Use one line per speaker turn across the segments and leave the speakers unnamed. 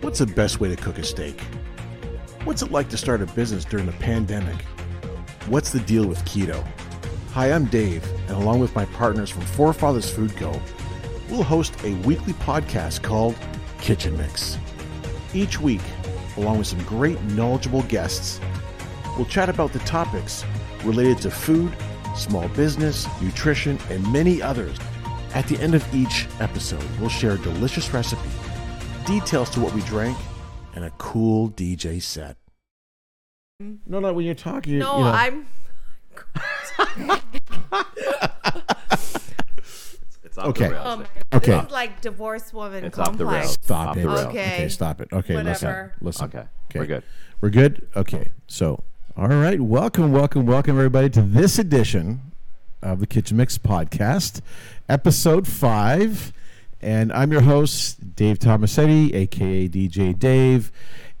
What's the best way to cook a steak? What's it like to start a business during the pandemic? What's the deal with keto? Hi, I'm Dave, and along with my partners from Forefathers Food Co., we'll host a weekly podcast called Kitchen Mix. Each week, along with some great, knowledgeable guests, we'll chat about the topics related to food, small business, nutrition, and many others. At the end of each episode, we'll share a delicious recipe, details to what we drank, and a cool DJ set. No, no, when you're talking, you-
No,
you know-
I'm.
It's off
Okay.
the rails.
Oh my God.
Okay.
This is like divorce woman
It's off the
complex.
rails.
Stop
Off
it.
the rails.
Okay.
Okay.
stop it. Okay,
Whatever.
listen. Listen.
Okay, we're good.
We're good? Okay. So, all right. Welcome, welcome, welcome, everybody, to this edition of the Kitchen Mix podcast, episode five. And I'm your host, Dave Tomasetti, aka DJ Dave,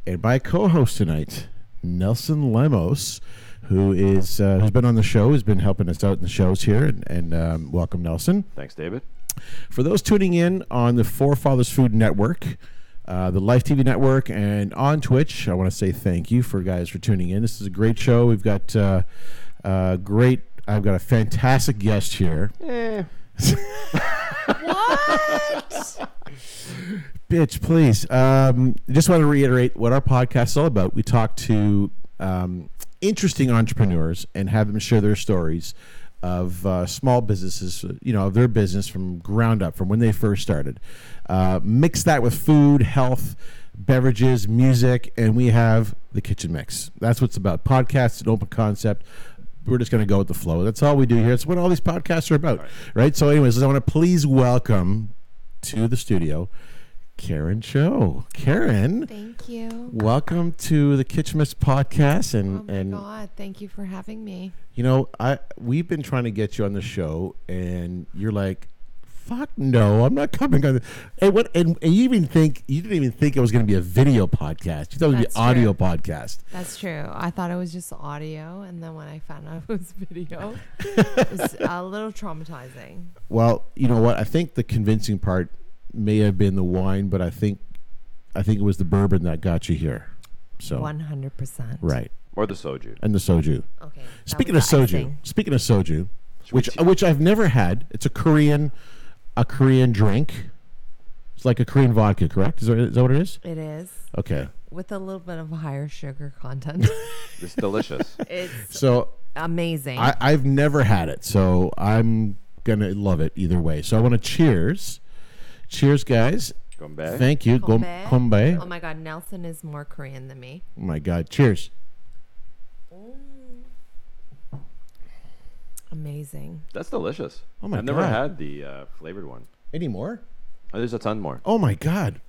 and my co host tonight, Nelson Lemos. Who is uh, who's been on the show? Has been helping us out in the shows here, and, and um, welcome Nelson.
Thanks, David.
For those tuning in on the Forefathers Food Network, uh, the Life TV Network, and on Twitch, I want to say thank you for guys for tuning in. This is a great show. We've got uh, uh, great. I've got a fantastic guest here.
What?
Bitch, please. Um, just want to reiterate what our podcast is all about. We talk to um, interesting entrepreneurs and have them share their stories of uh, small businesses, you know, of their business from ground up, from when they first started. Uh, mix that with food, health, beverages, music, and we have the kitchen mix. That's what's about. Podcasts, an open concept we're just going to go with the flow. That's all we do here. It's what all these podcasts are about, right. So, anyways, I want to please welcome to the studio Karen Cho. Karen,
Thank you.
welcome to the Kitchen Mist podcast, and
Oh my
and
God. Thank you for having me.
you know, I we've been trying to get you on the show, and you're like. Fuck no! I'm not coming on. the-" And what? And, and you even think you didn't even think it was going to be a video podcast. You thought it would be
That's true.
audio podcast.
That's true. I thought it was just audio, and then when I found out it was video, it was a little traumatizing.
Well, you know what? I think the convincing part may have been the wine, but I think I think it was the bourbon that got you here. So
One hundred percent.
Oh. right,
Or the soju.
and the soju.
Okay. that
Speaking of
was
soju,
icing.
speaking of soju, which
see-
which I've never had. It's a Korean a Korean drink. It's like a Korean vodka, correct? Is that, is that what it is?
it is
Okay.
with a little bit of higher sugar content.
It's delicious.
it's
So
amazing.
I, I've never had it, so I'm gonna love it either way. So I want to cheers, cheers, guys.
Gombe.
Thank you. Gom-
Gombe.
Gombe.
oh my God, Nelson is more Korean than me.
Oh my God! Cheers.
Amazing.
That's delicious.
Oh my
I've never
God.
had the uh, flavored one.
Any more?
Oh, there's a ton more.
Oh my god,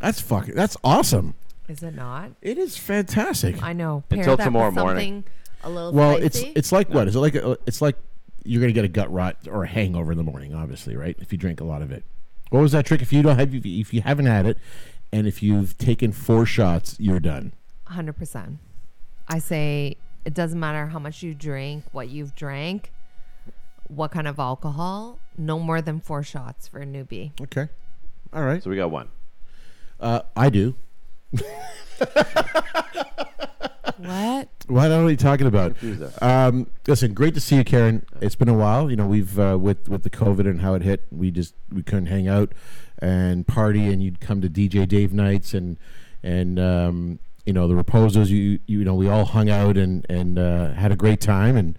that's fucking. That's awesome.
Is it not?
It is fantastic.
I know.
Until
that
tomorrow
with
morning.
something A little
well, it's
spicy.
it's like what is it like? A, it's like you're gonna get a gut rot or a hangover in the morning, obviously, right? If you drink a lot of it. What was that trick? If you don't have, if you- if you haven't had it, and if you've taken four shots, you're done.
hundred percent. I say it doesn't matter how much you drink, what you've drank, what kind of alcohol. No more than four shots for a newbie.
Okay. All right.
So we got one.
Uh, I do.
What?
What are we talking about?
Who's there?
Um, listen, great to see you, Karen. It's been a while. You know, we've uh, with with the COVID and how it hit, we just we couldn't hang out and party, and you'd come to DJ Dave nights and and um, you know the reposos. You you know we all hung out and and uh, had a great time and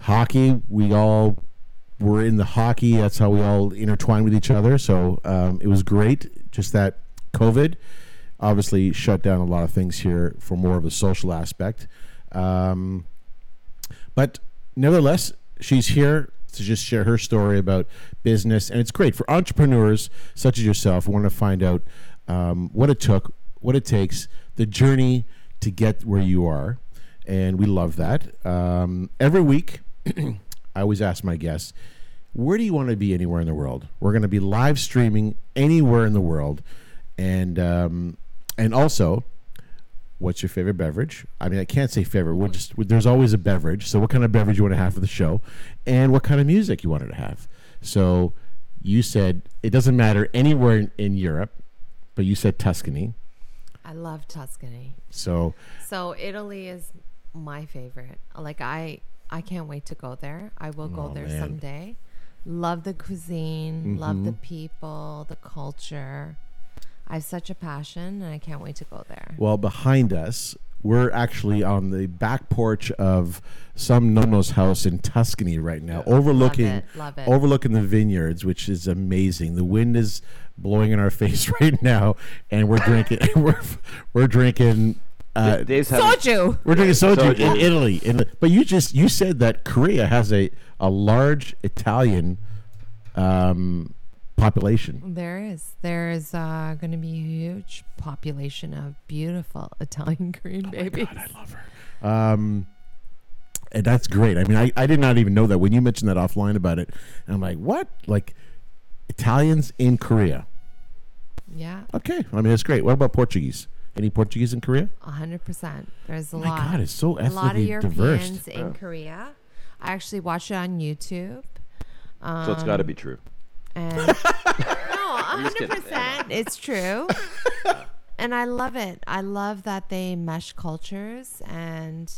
hockey. We all were in the hockey. That's how we all intertwined with each other. So um, it was great. Just that COVID obviously shut down a lot of things here for more of a social aspect. Um, but nevertheless, she's here to just share her story about business, and it's great for entrepreneurs such as yourself who want to find out um, what it took, what it takes, the journey to get where you are, and we love that. Um, every week, I always ask my guests, "Where do you want to be anywhere in the world?" We're going to be live streaming anywhere in the world, and um, and also what's your favorite beverage? I mean, I can't say favorite. We're just there's always a beverage. So what kind of beverage you want to have for the show, and what kind of music you wanted to have. So you said it doesn't matter anywhere in, in Europe. but you said Tuscany.
I love Tuscany.
So
So Italy is my favorite. Like I I can't wait to go there. I will go
Oh,
there
man.
someday. Love the cuisine, love the people, the culture. I have such a passion and I can't wait to go there.
Well, behind us, we're actually on the back porch of some nonno's house in Tuscany right now, overlooking
Love it, love it.
overlooking the vineyards, which is amazing. The wind is blowing in our face right now, and we're drinking we're we're drinking uh,
Dave's having,
Soju.
we're drinking soju
Soju.
in Italy. In the, but you just you said that Korea has a a large Italian um, population.
There is. There is uh, going to be a huge population of beautiful Italian
Oh
green babies.
love her. Um, and that's great. I mean, I, I did not even know that when you mentioned that offline about it. I'm like, what? Like Italians in Korea?
yeah,
Okay, I mean that's great. What about Portuguese? Any Portuguese in Korea?
a 100%. There's a
My
lot.
God, it's so
a lot of
ethnically diverse.
Europeans in Korea. I actually watched it on YouTube. Um,
so it's got to be true.
And no,
just kidding.
100%. It's true. and I love it. I love that they mesh cultures and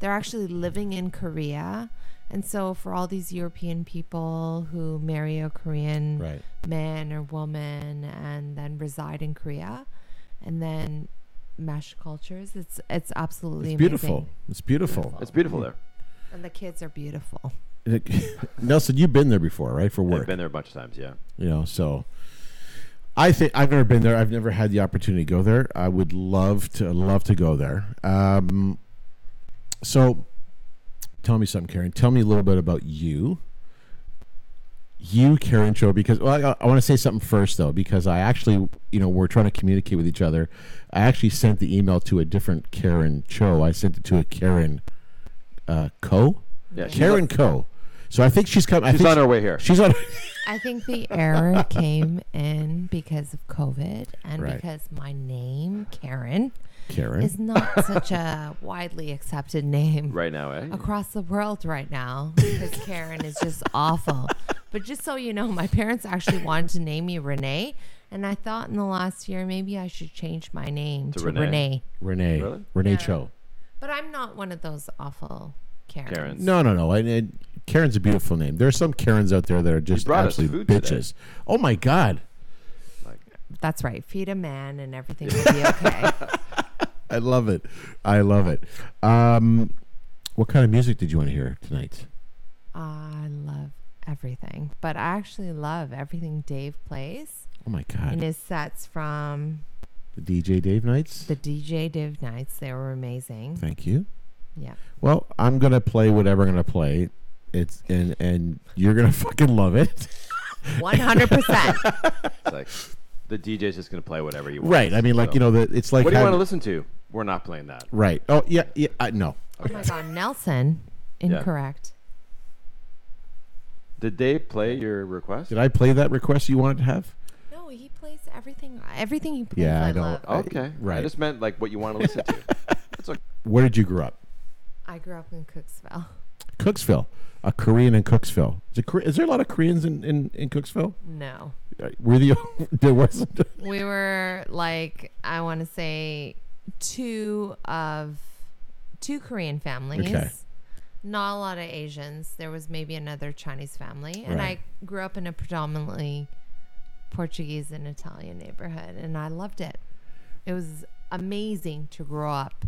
they're actually living in Korea. And so, for all these European people who marry a Korean
Right.
man or woman and then reside in Korea and then mesh cultures, it's it's absolutely
It's
amazing.
beautiful. It's beautiful.
It's beautiful there.
And the kids are beautiful.
Nelson, you've been there before, right? For work.
I've been there a bunch of times. Yeah.
you know so i think i've never been there i've never had the opportunity to go there i would love to love to go there um, so tell me something karen tell me a little bit about you you karen cho because well i, I want to say something first though because i actually you know we're trying to communicate with each other i actually sent the email to a different karen cho i sent it to a karen uh, co
Yeah. She's,
karen co so i think she's coming
on, she's on her way here.
she's on
I think the error came in because of COVID and
Right.
because my name, Karen,
karen
is not such a widely accepted name
Right now, eh?
across the world right now because Karen is just awful. But just so you know, my parents actually wanted to name me Renee. And I thought in the last year, maybe I should change my name
To
to,
Renee.
Renee.
Renee.
Really?
Renee
Yeah.
Cho.
But I'm not one of those awful Karens.
Karens.
No, no, no. And, and Karen's a beautiful name. There are some Karens out there that are just
brought us
absolute
food today.
bitches. Oh my God,
Like,
That's right. Feed a man and everything will be okay.
I love it. I love it. Um, what kind of music did you want to hear tonight?
I love everything, but I actually love everything Dave plays
Oh my
and
God,
his sets from
the DJ Dave Nights.
the DJ Div nights. They were amazing.
Thank you.
Yeah.
Well, I'm gonna play whatever I'm gonna play. It's and and you're gonna fucking love it.
100%.
it's like the DJ's just gonna play whatever you want.
Right. I mean, like
So-
you know, the, it's like
What do you want to
having-
listen to? We're not playing that.
Right. Oh yeah, yeah. I, no.
oh my God. Nelson,
Yeah.
incorrect.
Did Dave play your request?
Did I play that request you wanted to have?
No, he plays everything. Everything he plays,
Yeah,
I,
I don't- Oh.
love.
Okay.
Right.
I just meant like what you want to listen to. That's okay.
Where did you grow up?
I grew up in Cooksville.
Cooksville, a Korean in Cooksville. Is, it, Kore- is there a lot of Koreans in, in, in Cooksville?
No.
Uh, Were the there wasn't
We were like, I want to say two of two Korean families.
Okay.
Not a lot of Asians. There was maybe another Chinese family. And
Right.
I grew up in a predominantly Portuguese and Italian neighborhood. And I loved it. It was amazing to grow up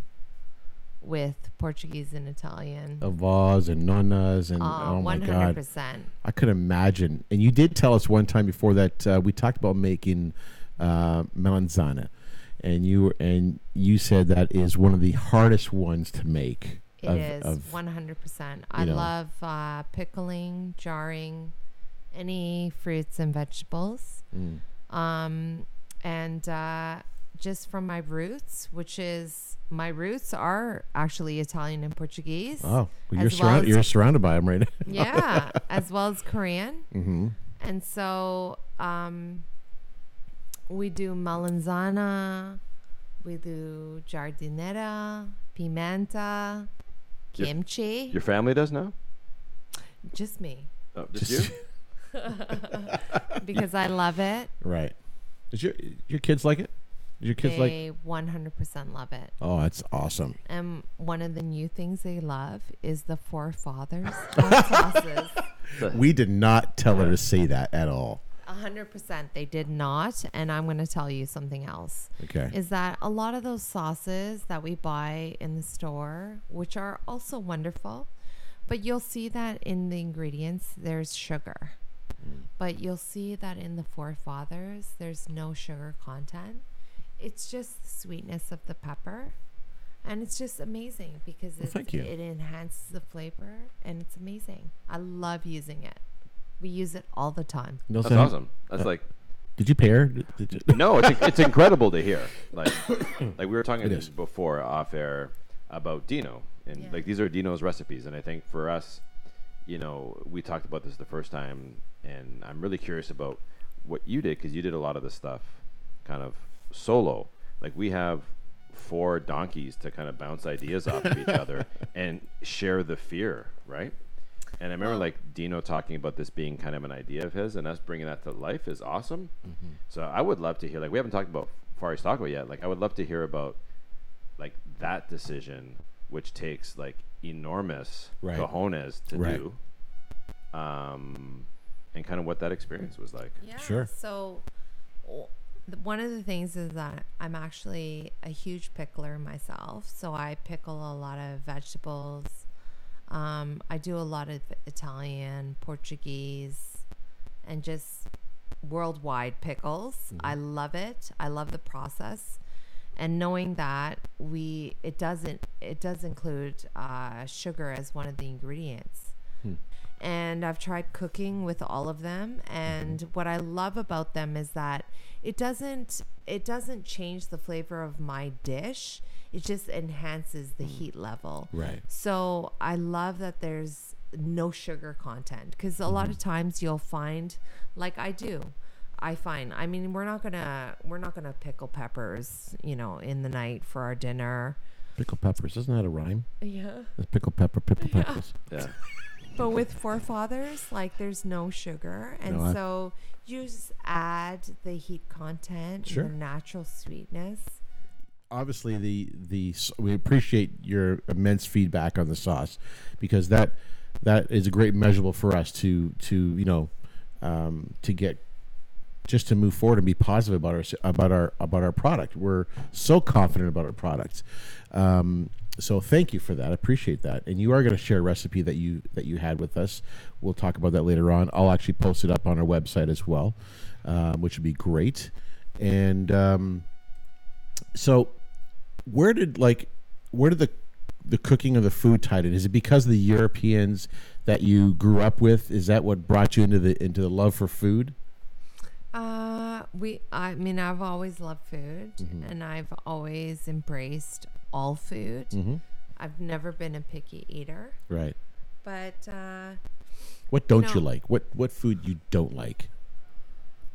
with Portuguese and Italian.
avaz and nonnas and
Uh,
oh my god,
100%.
I could imagine. And you did tell us one time before that uh, we talked about making uh, melanzana, and you were, and you said that is one of the hardest ones to make.
It
of-
is
of-
100%. I
know.
love uh, pickling, jarring, any fruits and vegetables.
Mm.
Um, and uh, just from my roots, which is my roots are actually Italian and Portuguese.
Oh, well, you're
as well
surrounded.
as-
you're surrounded by them right now.
Yeah, as well as Korean.
hmm
And so um, we do melanzana, we do jardinera, pimenta,
Your-
kimchi.
Your family does now?
just me.
Oh, just you?
because I love it.
right. Is your your kids like it? Is your kids like?
they 100% love it.
Oh, that's awesome.
And one of the new things they love is the Four Fathers hot sauces.
We did not tell her to say that at all.
100% they did not. And I'm going to tell you something else.
Okay.
is that a lot of those sauces that we buy in the store, which are also wonderful, but you'll see that in the ingredients there's sugar.
Mm.
But you'll see that in the forefathers there's no sugar content. It's just the sweetness of the pepper. And it's just amazing because it's,
thank you.
it enhances the flavor and it's amazing. I love using it. We use it all the time.
No,
That's
so-
awesome. That's
Uh,
like
Did you pair? Did you-
no, it's it's incredible to hear. Like like we were talking
It is.
before off air about Dino and
Yeah.
like these are Dino's recipes, and I think for us, you know, we talked about this the first time, and I'm really curious about what you did because you did a lot of this stuff kind of solo. Like we have four donkeys to kind of bounce ideas off of each other and share the fear, right? And I remember like Dino talking about this being kind of an idea of his, and us bringing that to life is awesome. So I would love to hear like we haven't talked about Far East Taco yet. Like I would love to hear about like that decision, which takes like enormous
Right.
cojones to
Right.
do, um, and kind of what that experience was like.
Yeah.
Sure.
So, w- th- one of the things is that I'm actually a huge pickler myself. So I pickle a lot of vegetables. Um, I do a lot of Italian, Portuguese, and just worldwide pickles. I love it. I love the process. And knowing that we it doesn't it does include uh, sugar as one of the ingredients and I've tried cooking with all of them and what I love about them is that it doesn't it doesn't change the flavor of my dish it just enhances the heat level
Right.
so I love that there's no sugar content because a lot of times you'll find, like I do, I find. I mean, we're not gonna we're not gonna pickle peppers, you know, in the night for our dinner.
Pickle peppers. Isn't that a rhyme?
Yeah.
That's pickle pepper, pickle peppers.
Yeah.
But with forefathers, like there's no sugar, and
No, I-
so you just add the heat content,
Sure.
and the natural sweetness.
obviously the the s- we appreciate your immense feedback on the sauce because that that is a great measurable for us to to you know um, to get just to move forward and be positive about our about our about our product. We're so confident about our products. Um, so thank you for that. I appreciate that. And you are going to share a recipe that you that you had with us. We'll talk about that later on. I'll actually post it up on our website as well, um, which would be great. And um, so where did like where did the the cooking of the food tied in? Is it because of the Europeans that you grew up with? Is that what brought you into the into the love for food?
Uh, we. I mean, I've always loved food,
Mm-hmm.
and I've always embraced all food.
Mm-hmm.
I've never been a picky eater,
Right.
but uh,
What don't
No.
you like? What what food you don't like?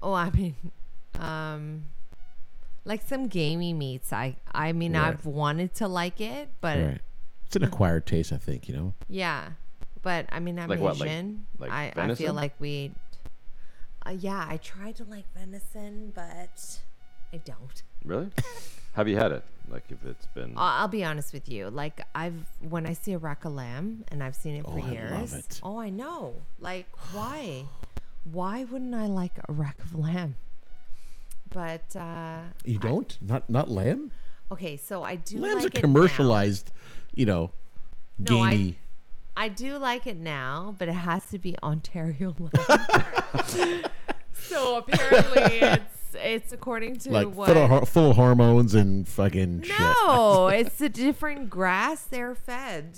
oh, I mean, um, like some gamey meats. I. I mean,
Right.
I've wanted to like it, but
Right. It's an acquired taste, I think. You know.
yeah. But I mean, I'm
Like what, like-
Asian.
like
I, I feel
venison?
like we. Uh, yeah, I tried to like venison, but I don't.
Really? Have you had it? Like if it's been
I- I'll be honest with you. Like I've when I see a rack of lamb, and I've seen it for
Oh, I
years.
love it.
Oh, I know. Like why? Why wouldn't I like a rack of lamb? But uh,
You don't? not not lamb.
okay, so I do.
Lamb's
like
a
it
commercialized, you know,
No, I-
gamey.
Now. I do like it now, but it has to be Ontario lamb. so apparently, it's it's according to
like
what.
full of, hor- full of hormones and fucking shit.
no, it's a different grass they're fed.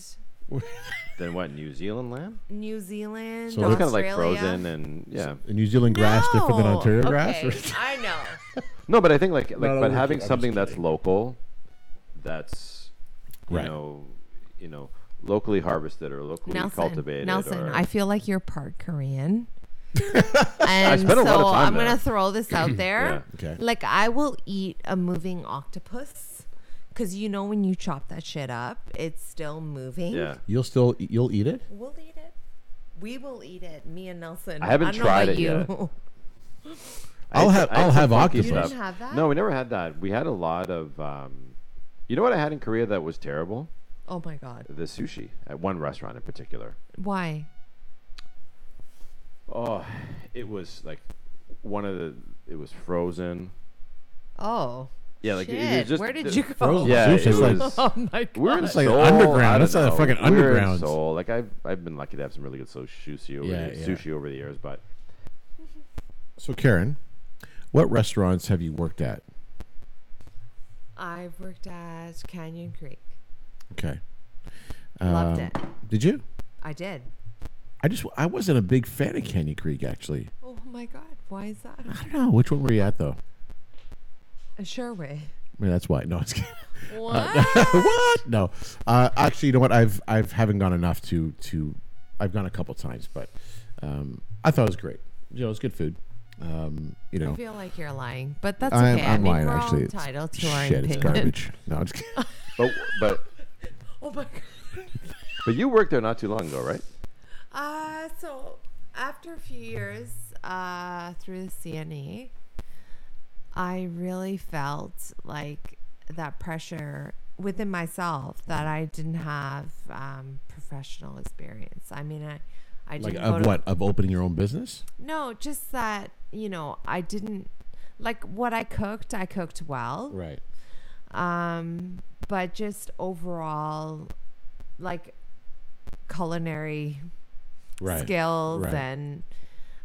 then what New Zealand lamb?
New Zealand,
So
It was
Australia.
kind of like frozen and yeah.
A New Zealand grass different than
No.
Ontario
Okay,
grass.
I know.
No, but I think like like
no, we're
but having
kidding. I'm just
something that's
kidding.
local, that's you
Right.
know you know locally harvested or locally
Nelson,
cultivated.
Nelson,
or,
I feel like you're part Korean.
I
and
spent
so
a lot of time
I'm gonna
there.
throw this out there.
Okay.
Like I will eat a moving octopus because you know when you chop that shit up, it's still moving.
yeah.
You'll still you'll eat it.
We'll eat it. We will eat it. Me and Nelson.
I haven't
don't know
tried
about
it yet.
you.
I
I'll
had-
have-
I had
I'll
some
have
funky
octopus.
You didn't
stuff.
have that?
No, we never had that. We had a lot of. Um, you know what I had in Korea that was terrible?
Oh my god.
The sushi at one restaurant in particular.
Why?
Oh, it was like one of the. It was frozen.
Oh.
Yeah, like it-
Shit.
it was just
Where did
the-
you go?
Frozen.
Yeah,
Sushi,
it
it's like-
was.
Oh my god.
We're in
It's like
Seoul,
underground.
I don't
That's a
know.
fucking
We're in
underground.
Seoul. Like I've I've been lucky to have some really good so- sushi over
Yeah,
the,
yeah.
sushi over the years, but
So, Karen, what restaurants have you worked at?
I've worked at Canyon Creek.
Okay. Um,
Loved it.
Did you?
I did.
I just I wasn't a big fan of Canyon Creek actually.
Oh my god. Why is that?
I don't know which one were you at though.
A sure way.
I mean, that's why. No, it's kidding.
What?
what? No, uh, actually, you know what? I've I've haven't gone enough to to. I've gone a couple times, but um, I thought it was great. You know, it was good food. Um, you know,
I feel like you're lying, but that's
I'm,
okay. I
I'm
mean,
lying
we're all
actually. It's-
entitled to our
shit, it's
opinion.
garbage. No, I'm just kidding.
but but
Oh my god.
but you worked there not too long ago, right?
Uh, so after a few years uh, through the CNE, I really felt like that pressure within myself that I didn't have um, professional experience. I mean, I, I
like
didn't go
of
to
what of opening your own business.
no, just that you know I didn't like what I cooked. I cooked well,
Right.
um, but just overall, like culinary
Right.
skills
Right.
and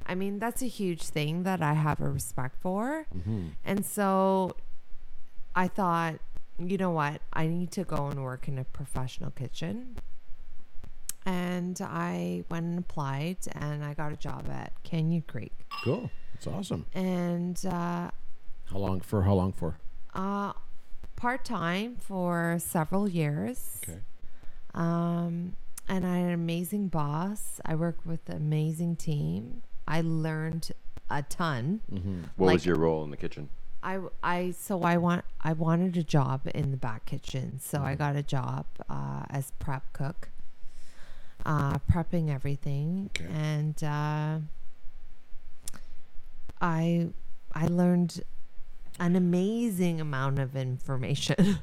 I mean that's a huge thing that I have a respect for.
Mm-hmm.
And so I thought, you know what? I need to go and work in a professional kitchen. And I went and applied and I got a job at Canyon Creek.
Cool. It's awesome.
And uh,
How long for? How long for?
uh part time for several years. Um, and I had an amazing boss. I worked with an amazing team. I learned a ton.
What
Like-
was your role in the kitchen?
I, I so I want I wanted a job in the back kitchen, so I got a job uh, as prep cook, uh, prepping everything,
Okay.
and uh, I I learned an amazing amount of information.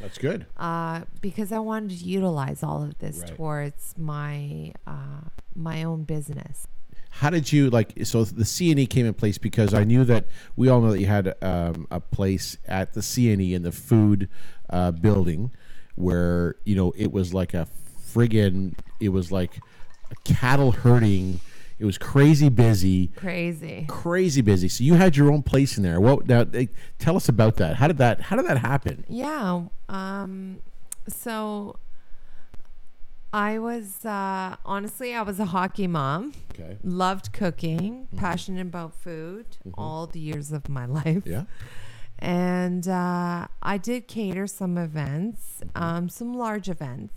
That's good.
uh, because I wanted to utilize all of this
Right.
towards my uh, my own business.
How did you like? So the CNE came in place because I knew that we all know that you had um, a place at the CNE in the food uh, building, where you know it was like a friggin' it was like a cattle herding. It was crazy busy,
Crazy.
crazy busy. So you had your own place in there. What now? eh, Tell us about that. How did that? How did that happen?
Yeah. Um, so I was uh, honestly I was a hockey mom.
Okay.
Loved cooking, passionate about food all the years of my life.
Mm-hmm. Yeah.
and uh, I did cater some events, um, some large events.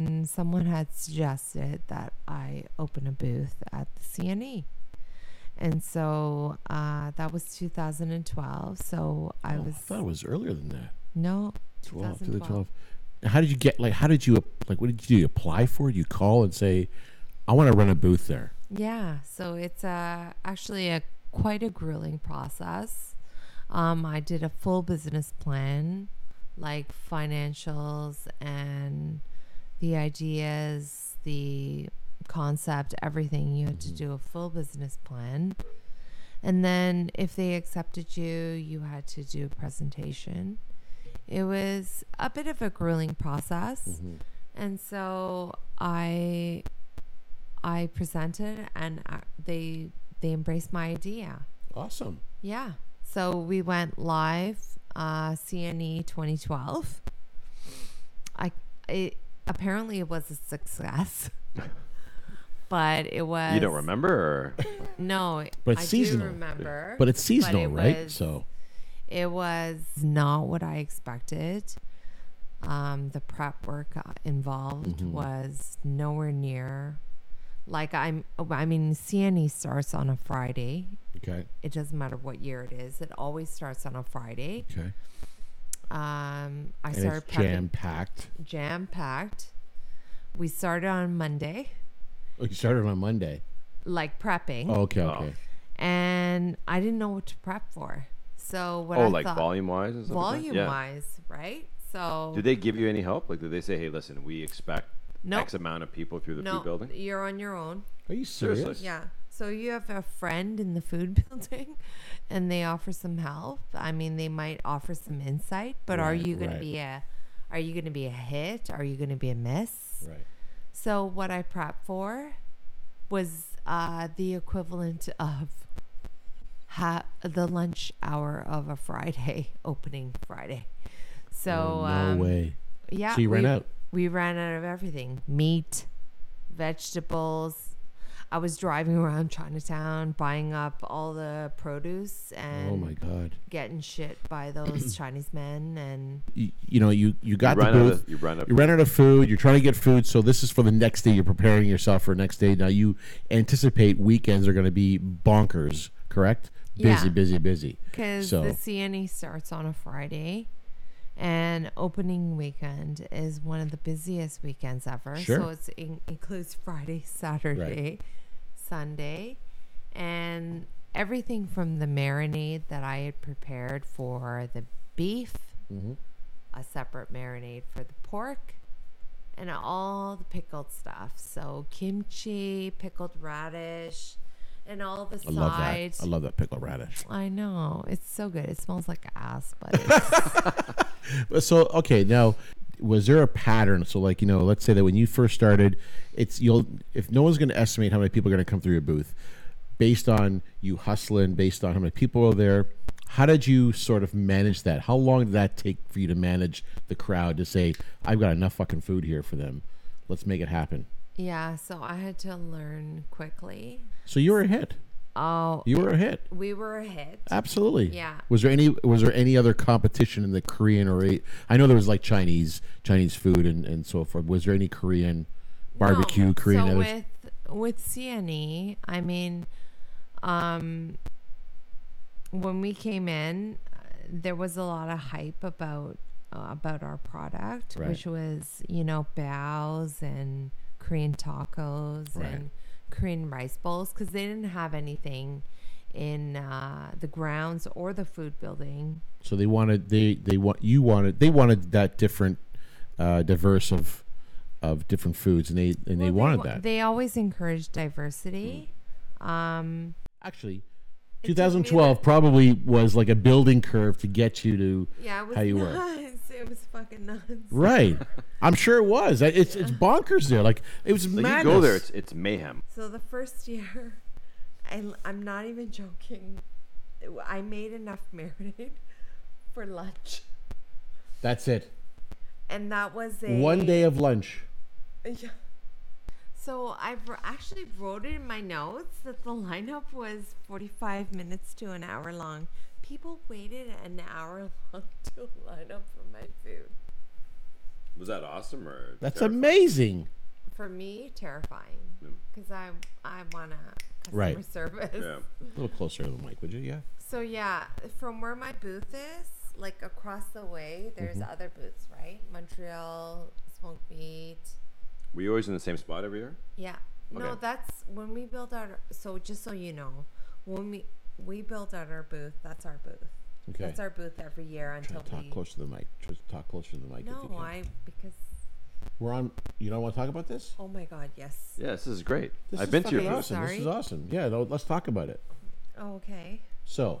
And someone had suggested that I open a booth at the CNE. And so uh, that was 2012. So I
Oh,
was,
I thought it was earlier than that.
no,
12 to the
2012.
12 how did you get like how did you like what did you do? apply for it you call and say i want to run a booth there
Yeah, so it's uh, actually a quite a grueling process. Um, I did a full business plan, like financials and the ideas, the concept, everything. You had to do a full business plan. And then if they accepted you, you had to do a presentation. It was a bit of a grueling process. And so I I presented and uh, they they embraced my idea.
awesome
Yeah. So we went live uh CNE 2012. I it apparently it was a success. but it was
You don't remember? Or
No,
But it's
I
seasonal.
do remember.
but it's seasonal
it
right
was-
so
it was not what I expected. Um, the prep work uh, involved
Mm-hmm.
was nowhere near. Like I'm, I mean, CNE starts on a Friday.
okay
It doesn't matter what year it is. It always starts on a Friday.
okay
Um, I
and
started
it's jam packed
jam packed. We started on Monday,
oh you started on monday
like prepping,
oh okay
Oh.
okay
and I didn't know what to prep for. So what
oh,
I
like
thought,
volume wise. and stuff like that?
volume
Yeah.
wise, right? So
Do they give you any help? Like, do they say, "Hey, listen, we expect
Nope.
X amount of people through the
no,
food building"?
you're on your own.
Are you
Seriously?
serious?
Yeah. So you have a friend in the food building and they offer some help. I mean, they might offer some insight, but are
Right,
you going
right.
to be a are you going to be a hit? Are you going to be a miss?
Right.
So what I prep for was uh, the equivalent of ha- the lunch hour of a Friday opening Friday. So
Oh, no
um,
way.
yeah,
So you ran
we-
out.
we ran out of everything meat, vegetables. I was driving around Chinatown buying up all the produce and
Oh my god.
getting shit by those Chinese men. And
You, you know, you you
You
got the
run, out
booth.
of, you run up.
You ran out of food. You're trying to get food, so this is for the next day. You're preparing yourself for next day. Now you anticipate weekends are going to be bonkers, correct? Busy,
Yeah.
busy, busy.
because
So-
the CNE starts on a Friday, and opening weekend is one of the busiest weekends ever. So
Sure.
it's, it includes Friday, Saturday, Sunday, and everything from the marinade that I had prepared for the beef.
Mm-hmm.
a separate marinade for the pork and all the pickled stuff. So kimchi, pickled radish, and all the
I love that.
sides.
I love that pickle radish.
I know. It's so good. It smells like ass, but it's,
But So okay, now was there a pattern? So like you know, let's say that when you first started, it's you'll if no one's going to estimate how many people are going to come through your booth, based on you hustling, based on how many people are there. How did you sort of manage that? How long did that take for you to manage the crowd to say, "I've got enough fucking food here for them. Let's make it happen."
yeah, so I had to learn quickly.
So you were a hit.
Oh,
You were a hit.
we were a hit.
Absolutely.
Yeah.
Was there any was there any other competition in the Korean or a- I know there was like Chinese Chinese food and, and so forth. Was there any Korean barbecue,
No,
Korean
So
others?
with with CNE, I mean, um, when we came in, uh, there was a lot of hype about uh, about our product,
Right.
which was you know bows and Korean tacos
Right.
and Korean rice bowls because they didn't have anything in uh, the grounds or the food building.
so they wanted they they want you wanted they wanted that different uh, diverse of of different foods and they and they
Well,
wanted
wa-
that. Mm.
They always encourage diversity. Um,
Actually,
It took me
2012 probably was like a building curve to get you to
yeah, it was
How you were.
nuts. It was fucking nuts.
right. I'm sure it was. I- It's it's bonkers there. Like it was
Like
madness.
you go there, it's it's mayhem.
So the first year, I, I'm not even joking. I made enough marinade for lunch,
That's it.
and that was a
One day of lunch.
Yeah. So I wr- actually wrote it in my notes that the lineup was 45 minutes to an hour long. People waited an hour long to line up for my food.
Was that awesome or?
That's
terrifying?
amazing.
For me, terrifying because I I want to customer
Right.
service.
Yeah.
A little closer to the mic, would you? Yeah.
So yeah, from where my booth is, like across the way, there's
Mm-hmm.
other booths, right? Montreal, Smoke Meat.
Were you always in the same spot every year?
Yeah. No,
Okay.
that's when we build out. Our, so just so you know, when we we build out our booth, that's our booth.
Okay.
That's our booth every year until
Try to talk
we.
closer to the mic. Try to talk closer to the mic. if you
No,
can.
I because
We're on. You don't want to talk about this?
oh my god, yes.
Yeah, this is great.
This
I've
is
been to your
fucking
booth.
awesome. This is
Sorry.
awesome. Yeah. No, let's talk about it.
Oh, Okay.
So,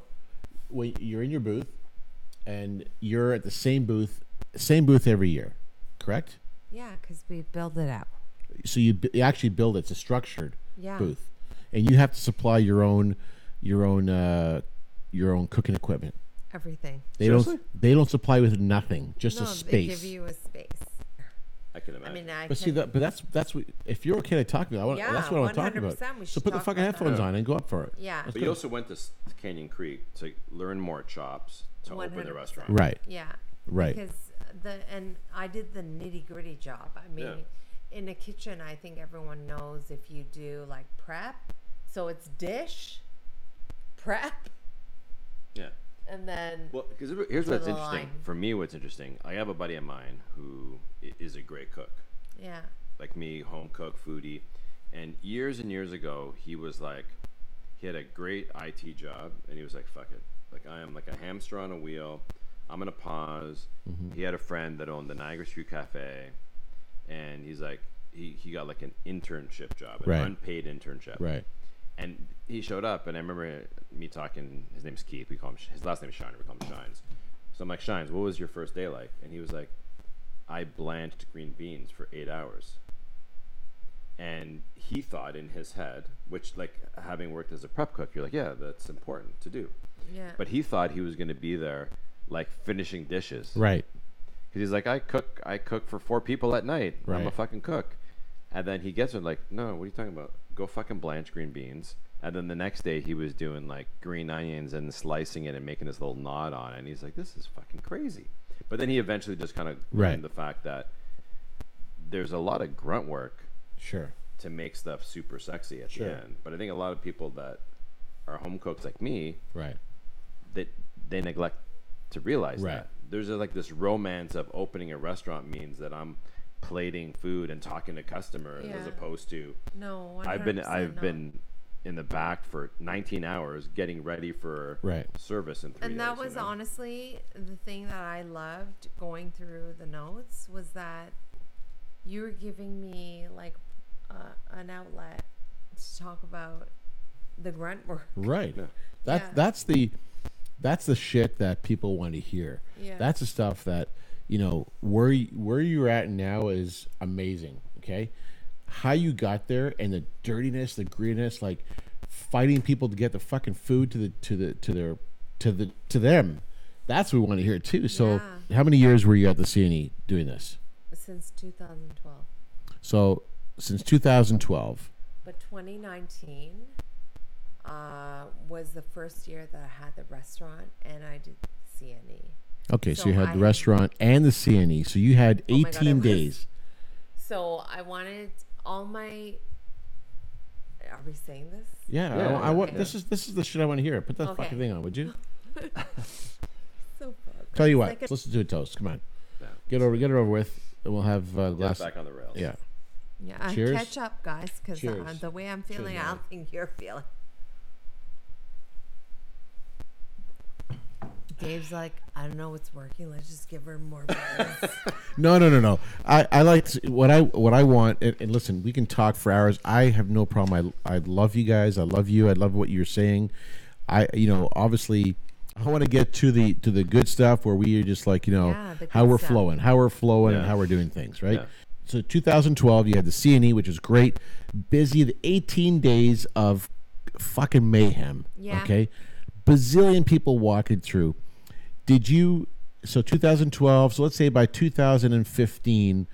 when you're in your booth, and you're at the same booth, same booth every year, correct?
Yeah, because we build it out.
So you, b- you actually build it. It's a structured
Yeah.
booth, and you have to supply your own, your own, uh, your own cooking equipment.
Everything.
They
Seriously?
don't. They don't supply with nothing. Just
no,
a space.
they give you a space.
I can
I
imagine.
mean, I.
But
can,
see that, but that's that's what if you're okay to talk about. I want, that's
Yeah,
what I want to talk about.
100% we
So
should
put the
talk
fucking
about that.
headphones on and go up for it.
Yeah.
but you also went to S- to Canyon Creek to learn more chops to open the
100%.
restaurant.
Right,
Yeah.
right.
Because the and I did the nitty gritty job. I mean, in a kitchen, I think everyone knows if you do like prep, so it's dish, prep,
Yeah.
and then
Well, because here's
For
what's
the
interesting
line.
for me. What's interesting, I have a buddy of mine who i- is a great cook,
yeah,
like me, home cook, foodie, and years and years ago, he was like, He had a great IT job, and he was like, "Fuck it, like I am like a hamster on a wheel. I'm gonna pause."
Mm-hmm.
He had a friend that owned the Niagara Street Cafe, and he's like, he he got like an internship job, an
Right.
unpaid internship,
Right.
and he showed up, and I remember me talking. His name's Keith. We call him. Sh- His last name is Shiner. We call him Shines. So I'm like, Shines, what was your first day like? And he was like, I blanched green beans for eight hours. And he thought in his head, which like having worked as a prep cook, you're like, yeah, that's important to do.
Yeah.
But he thought he was going to be there, like finishing dishes.
Right.
Because he's like, I cook, I cook for four people at night. I'm a
Right.
fucking cook. And then he gets it like, no, what are you talking about? Go fucking blanch green beans. And then the next day he was doing like green onions and slicing it and making this little knot on it. And he's like, this is fucking crazy. But then he eventually just kind of
Right.
the fact that there's a lot of grunt work
Sure.
to make stuff super sexy at
Sure.
the end. But I think a lot of people that are home cooks like me,
Right.
that they neglect to realize
Right.
that there's a, like this romance of opening a restaurant means that I'm plating food and talking to customers as
Yeah.
opposed to
no.
I've been
100%
I've
not.
been in the back for 19 hours getting ready for
Right.
service in three
And that
days, you
was
know?
honestly the thing that I loved going through the notes was that you were giving me like uh, an outlet to talk about the grunt work.
Right.
Yeah.
That
Yeah.
that's the that's the shit that people want to hear.
Yeah.
That's the stuff that you know where y- where you're at now is amazing. Okay, how you got there and the dirtiness, the grittiness, like fighting people to get the fucking food to the to the to their to the to them. That's what we want to hear too. So,
Yeah.
how many years were you at the CNE doing this?
since 2012.
So, since 2012.
But 2019 uh, was the first year that I had the restaurant and I did E. CNE.
Okay, so,
So
you had
I- Oh
the restaurant and the CNE. So you had
my
18
God, I was-
days.
So I wanted all my. Are we saying this?
Yeah,
Yeah,
I, wa- I want
yeah.
this is this is the shit I want to hear. Put that
Okay.
fucking thing on, would you?
So fuck.
Tell you what,
Like a-
let's listen to a toast. Come on,
Yeah.
get over, get it over with, and we'll have uh,
Get
glass.
back on the rails.
Yeah,
Yeah, uh,
Cheers.
catch up, guys, because uh,
Cheers.
the way I'm feeling, I
Molly.
don't think you're feeling. Dave's like, I don't know what's working. Let's just give her more. business."
no, no, no, no. I, I like to- what I what I want. And, and listen, we can talk for hours. I have no problem. I I love you guys. I love you. I love what you're saying. I you know obviously I want to get to the to the good stuff where we are just like you know
Yeah, the
how
good
we're
stuff.
flowing, how we're flowing, and
Yeah.
how we're doing things, right?
Yeah.
So 2012, you had the CNE, which was great. Busy the 18 days of fucking mayhem.
Yeah.
Okay. Bazillion people walking through. Did you? So 2012. So let's say by 2015,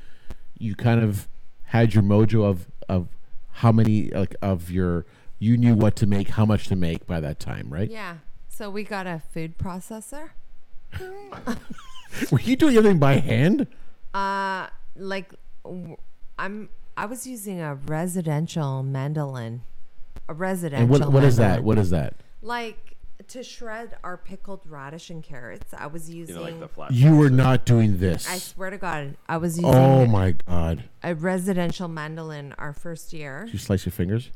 you kind of had your mojo of of how many like of your you knew what to make, how much to make by that time, right?
yeah. So we got a food processor.
Were you doing everything by hand?
Uh, like, w- I'm. I was using a residential mandolin. A residential.
And what what is that?
mandolin.
What is that?
Like to shred our pickled radish and carrots. I was
You
using.
know, like the flat.
You were not doing
I
this.
swear to God, I was using.
Oh my god!
a residential mandolin our first year.
Did you slice your fingers?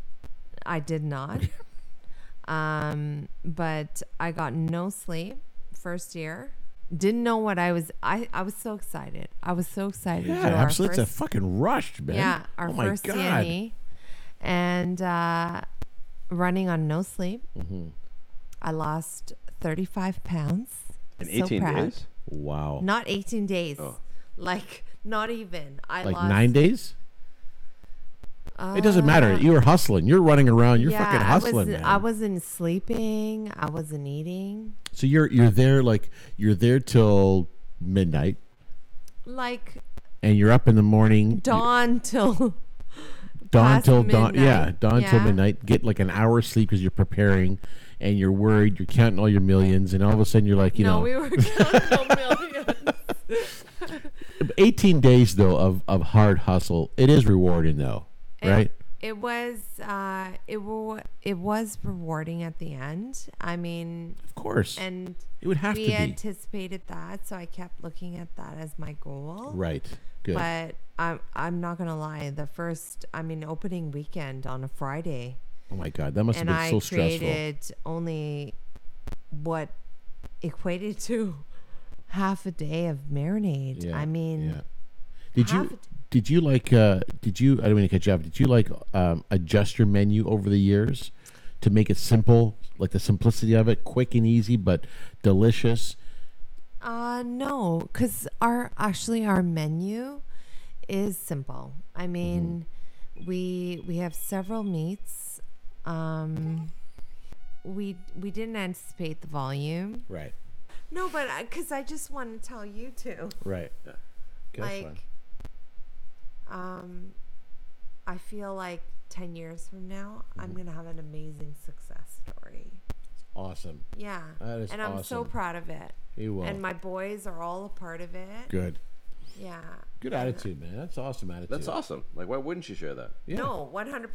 I did not. um, but I got no sleep first year. Didn't know what I was. I, I was so excited. I was so excited. to
Yeah,
do our
absolutely.
first-
It's a fucking rush, man.
yeah, our
oh my
first
God.
CNE, and uh, running on no sleep.
Mm-hmm.
I lost thirty five pounds.
In
So
18
proud.
days,
Wow.
Not eighteen days.
Oh.
Like not even. I
like
lost,
nine days? it doesn't matter.
uh,
You were hustling. You're running around. You're
yeah,
fucking
I
hustling,
wasn't,
man.
I wasn't sleeping. I wasn't eating.
so you're you're there like you're there till midnight,
Like
and you're up in the morning,
dawn till
dawn
past
till dawn. Yeah,
midnight.
dawn till
Yeah.
midnight. Get like an hour of sleep because you're preparing, and you're worried. You're counting all your millions, and all of a sudden you're like, you
no,
know,
we were counting millions.
18 days though of of hard hustle. It is rewarding though, right?
It was uh, it wa- it was rewarding at the end. I mean,
Of course,
and
it would have to
we
be
anticipated that, so I kept looking at that as my goal.
right. Good.
But I'm I'm not gonna lie. The first, I mean, opening weekend on a Friday,
Oh my God, that must
and
have
I
been so stressful.
created only what equated to half a day of marinade.
Yeah,
I mean,
yeah. Did
half a
you
d-
did you like uh did you I don't mean to cut you off, did you like um adjust your menu over the years to make it simple, like the simplicity of it, quick and easy but delicious?
Uh, no, because our actually our menu is simple. I mean, we we have several meats. Um, we we didn't anticipate the volume.
Right.
No, but because I just want to tell you too,
Right.
like, um, I feel like ten years from now, I'm gonna have an amazing success story.
Awesome.
Yeah,
That is
and I'm so
awesome.
proud of it.
You will.
And my boys are all a part of it.
Good.
Yeah.
Good attitude, man. That's awesome attitude.
That's awesome. Like, why wouldn't you share that?
Yeah.
No, 100%.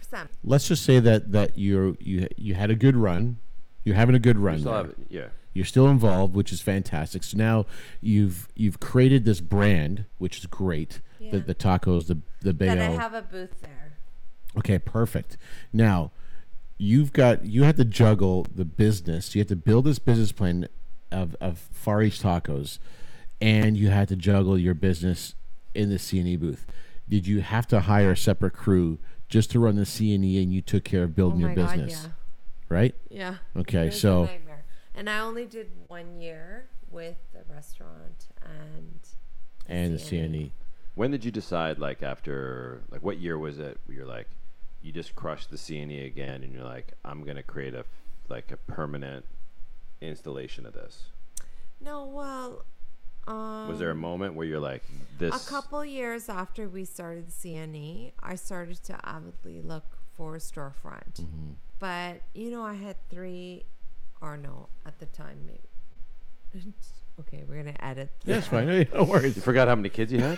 Let's just say that that you you you had a good run. You're having a good run.
You still
there.
have, yeah.
You're still involved, which is fantastic. So now you've you've created this brand, which is great. The,
Yeah.
the tacos, the the
Then I
bagel.
have a booth there.
Okay, perfect. Now, you've got you have to juggle the business. You have to build this business plan of of Far East Tacos, and you had to juggle your business in the CNE booth. Did you have to hire a separate crew just to run the CNE, and you took care of
Oh
building your business, right?
yeah. Yeah.
Okay,
It was a
so
nightmare. And I only did one year with the restaurant and
and E. the
CNE.
CNE.
When did you decide, like, after, like, what year was it? where You're like, you just crushed the CNE again, and you're like, I'm gonna create a, like, a permanent installation of this.
no, well, um,
Was there a moment where you're like, this?
a couple years after we started the CNE, I started to avidly look for a storefront.
Mm-hmm.
But, you know, I had three, or no, at the time, maybe. okay, we're going to edit.
That's
this
fine. Hey, No
You
worries.
forgot how many kids you had?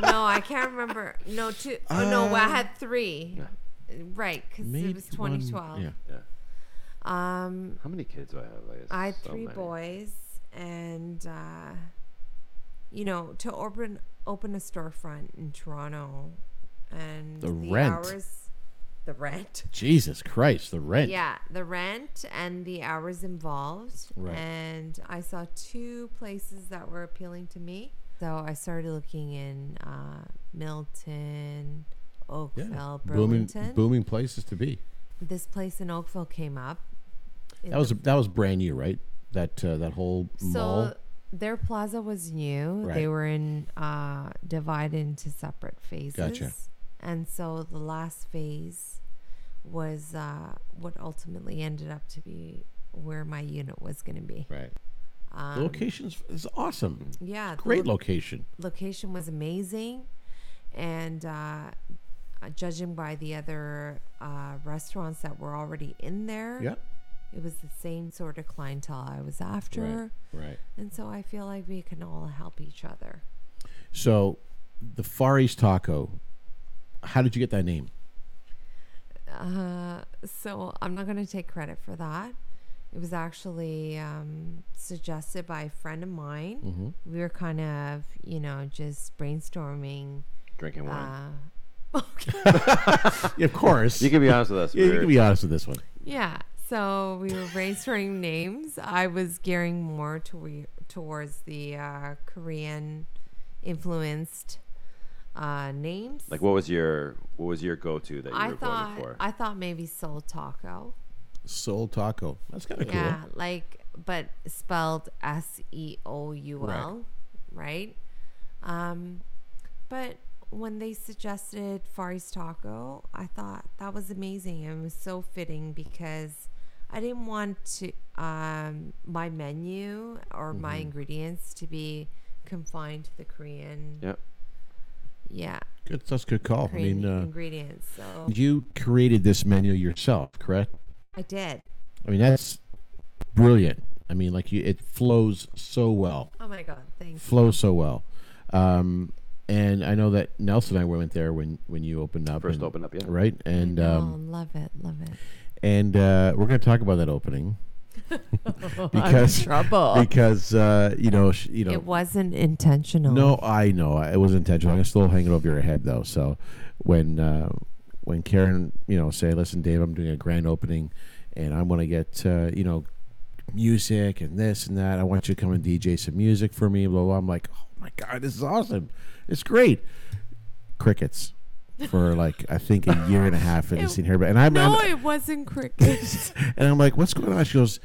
no, I can't remember. No, two oh no, well, I had three. Right, because
Uh, Maybe
it was 2012.
One, yeah.
yeah.
Um,
How many kids do I have? Like,
I had
so
three
many.
boys, and uh, you know, to open open a storefront in Toronto, and
The rent.
hours, the rent.
Jesus Christ, the rent.
Yeah, the rent and the hours involved.
Right.
And I saw two places that were appealing to me. So I started looking in uh, Milton,
Yeah.
Oakville,
Booming,
Burlington.
booming places to be.
This place in Oakville came up.
That was that was brand new, right? That uh, that whole mall.
so um, their plaza was new. They
Right.
were in uh, divided into separate phases. And so the last phase was uh, what ultimately ended up to be where my unit was going to be.
Right.
Um,
The location's is awesome.
Yeah, the
Great
lo-
location.
location was amazing, and uh, uh, judging by the other uh, restaurants that were already in there,
Yeah.
it was the same sort of clientele I was after,
Right.
and so I feel like we can all help each other.
So, the Far East Taco. How did you get that name?
Uh, so I'm not going to take credit for that. It was actually um, suggested by a friend of mine.
Mm-hmm.
We were kind of, you know, just brainstorming.
Drinking wine.
Uh,
of course.
you can be honest with us.
yeah, you
We're-
can be honest with this one.
Yeah. So we were brainstorming names. I was gearing more to towards the uh, Korean influenced uh, names.
Like, what was your what was your go to that you
I
were
thought
going for?
I thought maybe Soul Taco.
Soul Taco. That's kind of
Yeah, like but spelled S E O U L, right? Um, but when they suggested Far East Taco, I thought that was amazing and it was so fitting because I didn't want to um, my menu or my
Mm-hmm.
ingredients to be confined to the Korean,
yeah.
yeah,
cool. Good, that's a good call. I
Korean
mean, uh,
ingredients. So
you created this menu yourself, correct?
I did.
I mean, that's brilliant. I mean, like you, it flows so well.
Oh my god, thanks.
Flows so well. Um, and I know that Nelson and I went there when when you opened up.
First
and-
opened up, yeah.
Right, and um,
oh, love it, love it.
and uh, we're going to talk about that opening because
trouble.
because uh, you know sh- you know
It wasn't intentional.
no I know it was intentional. I can still hang it over your head though. So when uh, when Karen, you know, say, "Listen, Dave, I'm doing a grand opening, and I want to get, uh, you know, music and this and that. I want you to come and DJ some music for me." Blah blah. I'm like, "Oh my god, this is awesome! It's great." Crickets for like I think a year and a half, and
It-
just seen her. But and I'm,
no,
I'm-
it wasn't cricket.
and I'm like, "What's going on?" She goes.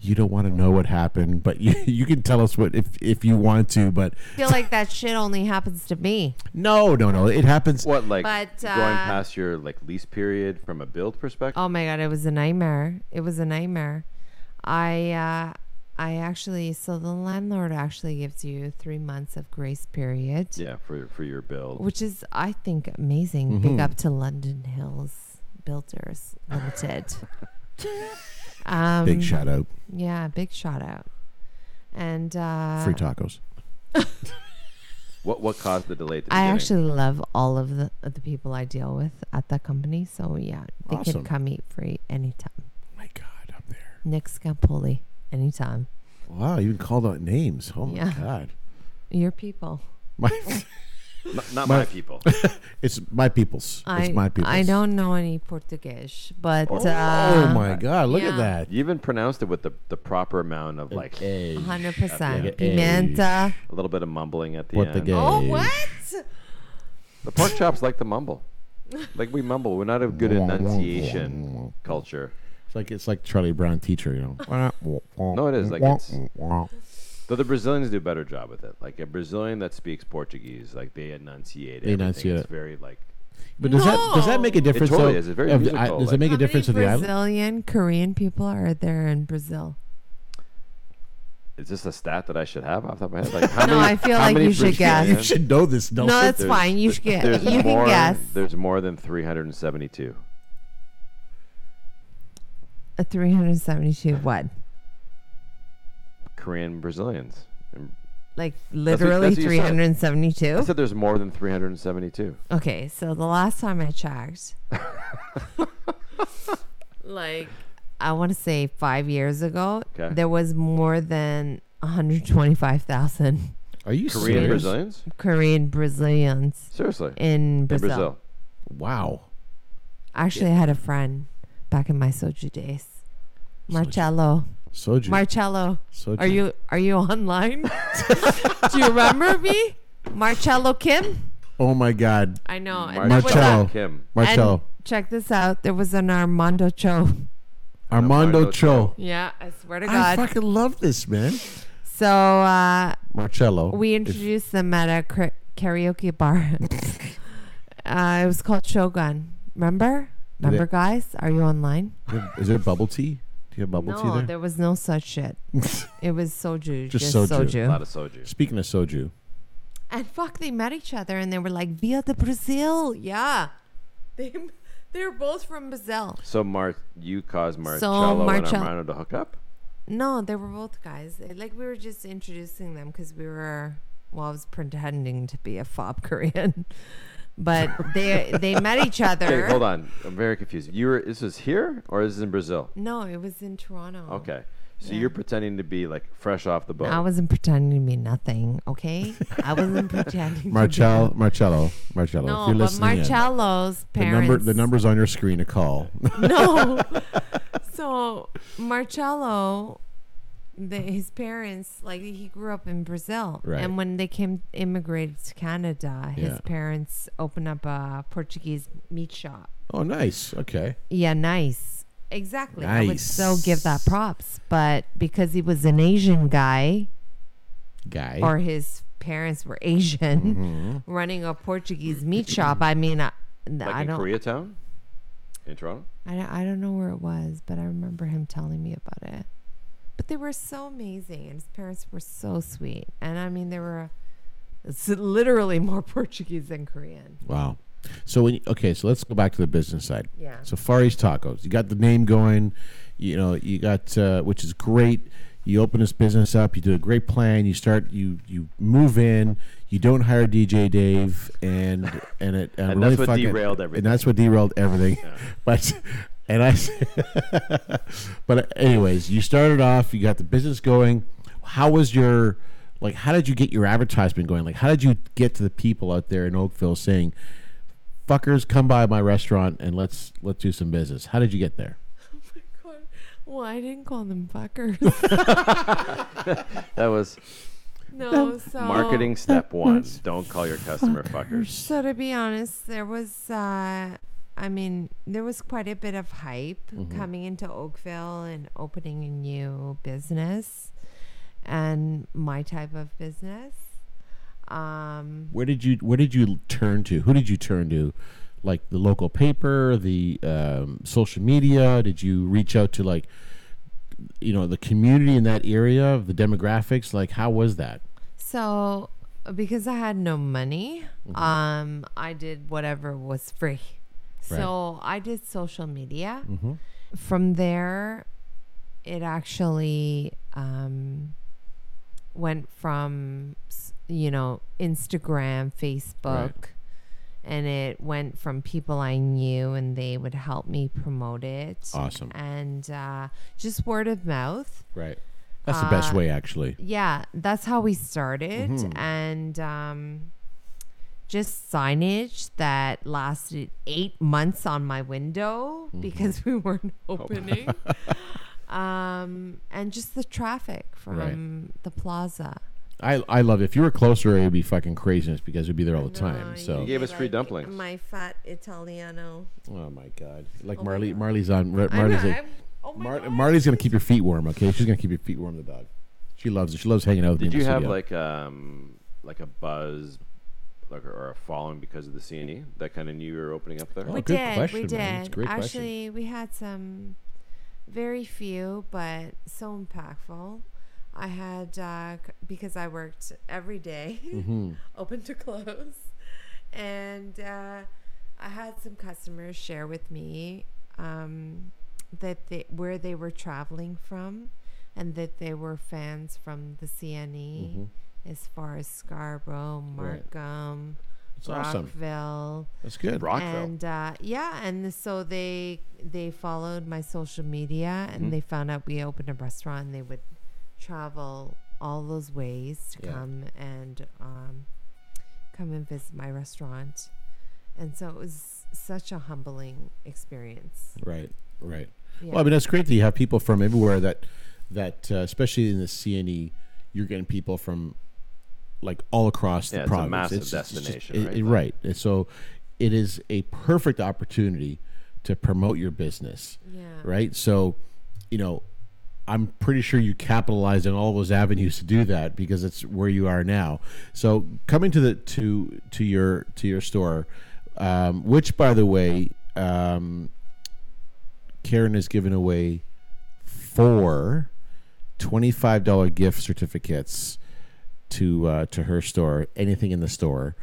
You don't want to know what happened, but you, you can tell us what if if you want to. But
I feel like that shit only happens to me.
no, no, no. It happens.
What like
But,
going
uh,
past your like lease period from a build perspective?
Oh my god, it was a nightmare. It was a nightmare. I uh I actually so the landlord actually gives you 3 months of grace period,
yeah, for for your build.
which is I think amazing.
Mm-hmm.
Big up to London Hills Builders Limited. um
Big shout out,
Yeah, big shout out. And uh
free tacos.
What what caused the delay? At the
I
beginning?
actually love all of the of the people I deal with at that company. So yeah, they
Awesome.
can come eat free anytime.
My God, I'm there.
Nick Scampoli, anytime.
Wow, you even called out names. Oh my
Yeah.
god.
Your people.
My,
N- not
my-
my people.
it's my people's.
I
it's my people's.
I don't know any Portuguese, but
Oh.
Oh
uh,
my god, look at
yeah.
that.
You even pronounced it with the, the proper amount of like a
Hey.
hundred percent
Yeah.
pimenta.
little bit of mumbling at the
What
end.
the game?
Oh
Hey.
what?
The pork chops like to mumble. Like we mumble. We're not a good enunciation culture.
It's like it's like Charlie Brown teacher, you know.
No, it is, like, it's- Though the Brazilians do a better job with it. Like a Brazilian that speaks Portuguese, like they enunciate
They
everything.
enunciate
It's
it.
very like
But does that does that make a difference?
totally
though,
is. It's very
of the-
musical,
I- does it
like-
make a
How many
difference of the island?
Brazilian Korean people are there in Brazil?
is this a stat that I should have off the top of my head? Like how
No,
many,
I feel
how
like
many
you should guess.
You
Brazilians-
should know this,
No,
Nelson.
that's
there's-
fine. You should get.
there's
You
more-
can guess.
There's more than 372.
A 372 what?
Korean Brazilians. And
Like
what-
literally
that's what you said. I
372?
said there's more than 372.
Okay, so the last time I checked, like I want to say five years ago,
Okay.
there was more than 125,000
Are you
Korean
serious?
Brazilians?
Korean Brazilians
Seriously.
in
In
Brazil.
Brazil.
Wow.
Actually, I had a friend back in my soju days. Marcello,
Soju.
Marcello,
Soju.
are you are you online? Do you remember me, Marcello Kim?
Oh my god.
I know. and there was a-
Marcello.
Kim.
Marcello.
And check this out. There was an Armando Cho.
Armando
Armando
Cho.
Yeah, I swear to
I
Oh God.
fucking love this man.
so uh,
Marcello.
we
If-
introduced them at a kara- karaoke bar. uh, it was called Shogun. Remember? Remember, guys? Are you online?
Is there bubble tea? Do you have bubble tea
No, there? was no such shit. it was soju.
Just
Just,
soju.
soju.
A lot of soju.
Speaking of soju,
And fuck, they met each other and they were like, via the Brazil. Yeah. They, they're both from Brazil.
So Mar, you caused Marcello and
Marcel-
Armando to hook up?
No, they were both guys. They- Like we were just introducing them because we were. Well, I was pretending to be a fob Korean, but they they met each other.
Okay, hold on. I'm very confused. You were this was here or is this in Brazil?
No, it was in Toronto.
Okay. So
Yeah.
you're pretending to be like fresh off the boat.
I wasn't pretending to be nothing. Okay, I wasn't pretending.
Marcel,
To
Marcello, Marcello.
be
if
no,
you're
but
listening in,
Marcello's
the
parents.
number, the number's on your screen. A call.
no. So Marcello, the, his parents, like he grew up in Brazil,
Right.
and when they came immigrated to Canada, his
Yeah.
parents opened up a Portuguese meat shop.
oh, nice. Okay.
Yeah, nice. Exactly. I would so give that
Nice.
props, but because he was an Asian guy,
Guy.
or his parents were Asian,
Mm-hmm.
running a Portuguese meat shop. I mean, I,
like
I
in
don't,
Koreatown? In Toronto?
I don't, I don't know where it was, but I remember him telling me about it. But they were so amazing, and his parents were so sweet. And I mean, they were it's literally more Portuguese than Korean.
wow. So when you, okay, so let's go back to the business side.
Yeah.
So Far East Tacos, you got the name going, you know, you got uh, which is great. You open this business up, you do a great plan, you start, you you move in, you don't hire DJ Dave, and and it and,
And
really
that's what
fucking-
derailed
and
everything.
that's what derailed everything. But and I, s- but anyways, you started off, you got the business going. How was your like? How did you get your advertisement going? Like, how did you get to the people out there in Oakville saying, fuckers, come by my restaurant and let's let's do some business. How did you get there?
Well, I didn't call them fuckers.
That was
no, so
marketing step one. Don't call your customer fuckers.
So to be honest, there was, uh, I mean, there was quite a bit of hype coming into Oakville and opening a new business, and my type of business. Um,
Where did you Where did you turn to? Who did you turn to? Like the local paper, the um, social media. Did you reach out to like, you know, the community in that area, the demographics? Like, how was that?
so because I had no money,
Mm-hmm.
um, I did whatever was free.
Right.
So I did social media. From there, it actually um, went from s- you know Instagram, Facebook, and it went from people I knew, and they would help me promote it.
Awesome.
And uh, just word of mouth.
Right. That's the
Uh,
best way, actually.
Yeah, that's how we started,
Mm-hmm.
and um, just signage that lasted eight months on my window
Mm-hmm.
because we weren't
Oh.
opening, um, and just the traffic from the plaza.
I I love it. If you were closer, it would be fucking craziness because we'd be there all the time. So.
You gave us free dumplings.
My fat Italiano.
Oh my god! Like Marley, Marley's on. Mar-
I know,
Marley's like,
I'm- oh my
Mar-
God.
Marley's gonna keep your feet warm. Okay, she's gonna keep your feet warm. The dog. She loves it. She loves hanging out. with me
Did
in
you
the
have
studio.
like um like a buzz, like or, or a following because of the CNE that kind of knew you were opening up there?
Oh,
we
good
did.
question,
we did.
man. It's a great question.
Actually, we had some very few, but so impactful. I had uh, c- because I worked every day,
Mm-hmm.
open to close, and uh, I had some customers share with me um, that they, where they were traveling from, and that they were fans from the CNE. As far as Scarborough,
Mm-hmm. Right.
Markham,
That's awesome.
Rockville,
That's good.
Rockville.
and uh, yeah, and th- so they they followed my social media
Mm-hmm.
and they found out we opened a restaurant. and They would travel all those ways to
Yeah.
come and um, come and visit my restaurant, and so it was such a humbling experience.
Right, right.
Yeah.
Well, I mean, that's great that you have people from everywhere that, that uh, especially in the CNE, you're getting people from like all across
Yeah,
the
it's a
province.
massive
just-
destination,
it-
right?
it- right. And so it is a perfect opportunity to promote your business,
Yeah.
right? So, you know, I'm pretty sure you capitalized on all those avenues to do that because it's where you are now. So coming to the to to your to your store, um, which by the way, um, Karen has given away four $25 gift certificates to uh, to her store, anything in the store.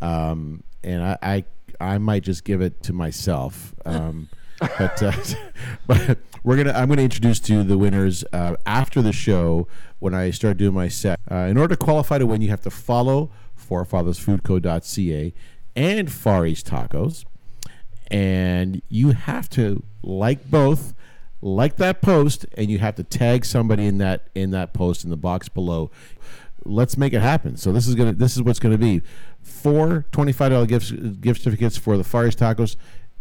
Um, and I, I I might just give it to myself. Um, but, uh, but we're gonna I'm gonna introduce to you the winners uh, after the show when I start doing my set. Uh, in order to qualify to win, you have to follow forefathersfoodco.ca and Far East Tacos and you have to like both like that post and you have to tag somebody in that in that post in the box below let's make it happen so this is gonna this is what's gonna be four $25 gifts gift certificates for the far east tacos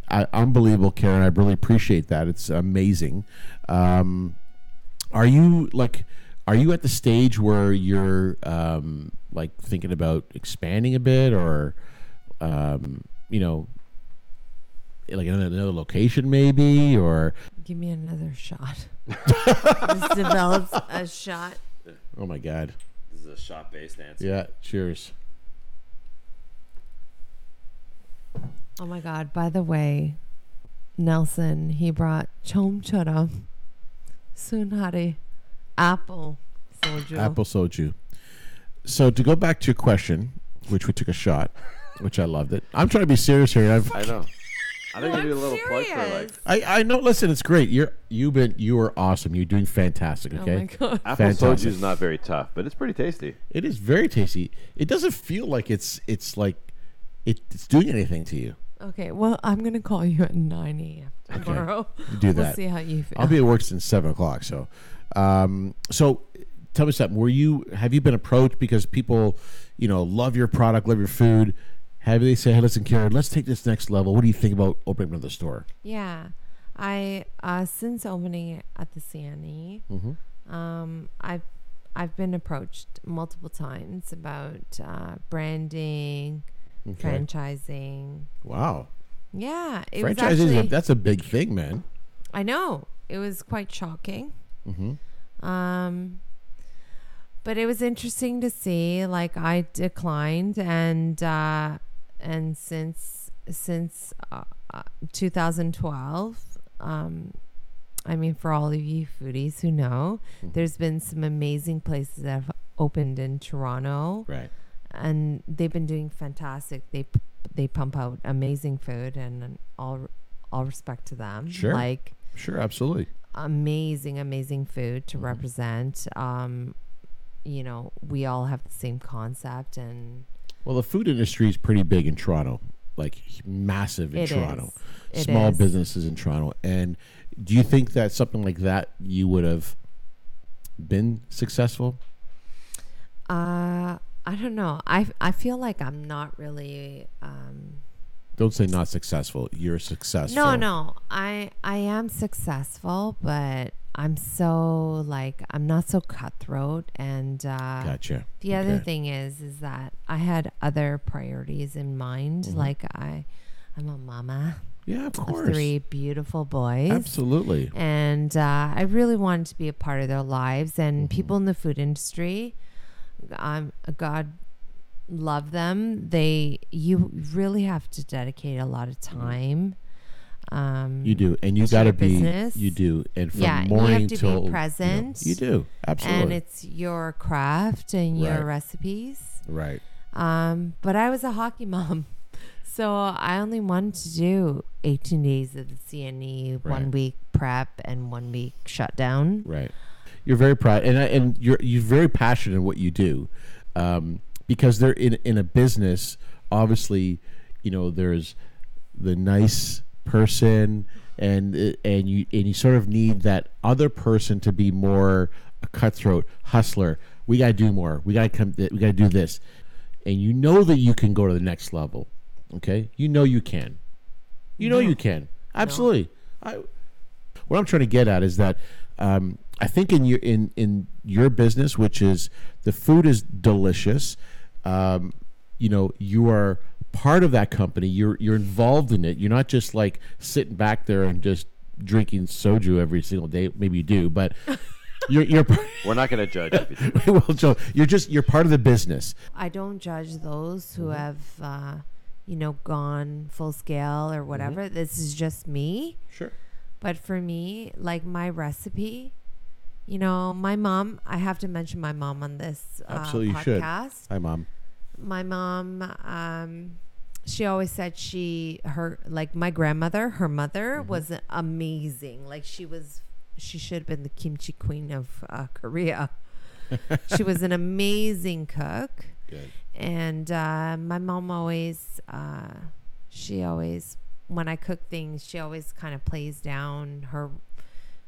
I, unbelievable karen i really appreciate that it's amazing um, are you like are you at the stage where you're um, like thinking about expanding a bit or um, you know like another, another location maybe or
Give me another shot. Just develops a shot.
oh my god
This is a shop based answer.
yeah cheers
Oh my God! By the way, Nelson he brought chom choram, sunhari, apple soju.
apple soju so to go back to your question which we took a shot which i loved it i'm trying to be serious here and I've,
I know. I think give you a little plug for like
Serious.
i i know listen it's great you're you've been you are awesome you're doing fantastic okay
Oh my god!
apple soju
Fantastic.
is not very tough, but it's pretty tasty.
it is very tasty it doesn't feel like it's it's like it, it's doing anything to you
Okay, well, I'm gonna call you at 9 a.m. tomorrow.
do
We'll
that.
see how you feel.
I'll be at work since seven o'clock. So, um, so tell me something. Were you have you been approached because people, you know, love your product, love your food? have they say, hey, listen, Karen, let's take this next level. What do you think about opening another store?
Yeah. I uh, since opening it at the CNE,
Mm-hmm.
um, I've I've been approached multiple times about uh, branding, franchising.
Wow.
Yeah, it was
Franchising,
actually
is a, that's a big thing, man.
I know it was quite shocking. Um, but it was interesting to see. Like I declined, and uh, and since since uh, uh, 2012, um, I mean, for all of you foodies who know, there's been some amazing places that have opened in Toronto,
Right.
and they've been doing fantastic. They p- they pump out amazing food, and all all respect to them.
Sure.
Like
Sure, absolutely.
amazing, amazing food
Mm-hmm.
to represent. Um, you know, we all have the same concept, and
Well, the food industry is pretty big in Toronto, like massive in
it is
Toronto.
It
Small
is.
businesses in Toronto. And do you think that something like that you would have been successful?
Uh, I don't know. I I feel like I'm not really. Um,
Don't say not successful. You're successful.
no, no. I I am successful, but I'm so like I'm not so cutthroat, and uh,
Gotcha.
The other
Okay.
thing is, is that I had other priorities in mind. Like I, I'm a mama
Yeah, Mm-hmm. of
of
course.
three beautiful boys.
Absolutely.
and uh, I really wanted to be a part of their lives and
Mm-hmm.
people in the food industry. Um, God love them. They you really have to dedicate a lot of time. Um,
Mm-hmm. You do, and you
It's your
got to be.
business.
You do, and from
Yeah, and you have
morning
to be
till you know,
present.
You, do absolutely.
and it's your craft and
Right.
your recipes.
right.
Um, but I was a hockey mom. So I only wanted to do 18 days of the CNE,
Right.
one week prep and one week shutdown.
Right. You're very proud, and I- and you're you're very passionate in what you do, um, because they're in in a business. Obviously, you know there's the nice person, and it- and you and you sort of need that other person to be more a cutthroat hustler. We gotta do more. We gotta come. We gotta do this, and you know that you can go to the next level. Okay, you know you can. You know you can. Absolutely. I, what I'm trying to get at is that um, I think in your in in your business, which is the food is delicious. Um, you know, you are part of that company. You're you're involved in it. You're not just like sitting back there and just drinking soju every single day. Maybe you do, but you're you're
We're not going to judge if you do.
well, so you're just you're part of the business.
I don't judge those
Mm-hmm.
who have, uh, you know, gone full scale
Mm-hmm.
or whatever. This is just me.
Sure.
But for me, like my recipe, you know, my mom, I have to mention my mom on this uh,
Absolutely, you should.
podcast.
Hi, mom.
My mom, um, she always said she, her, like my grandmother, her mother
Mm-hmm.
was amazing. Like she was, she should have been the kimchi queen of uh, Korea. she was an amazing cook
Good.
and uh, my mom always uh, she always when i cook things she always kind of plays down her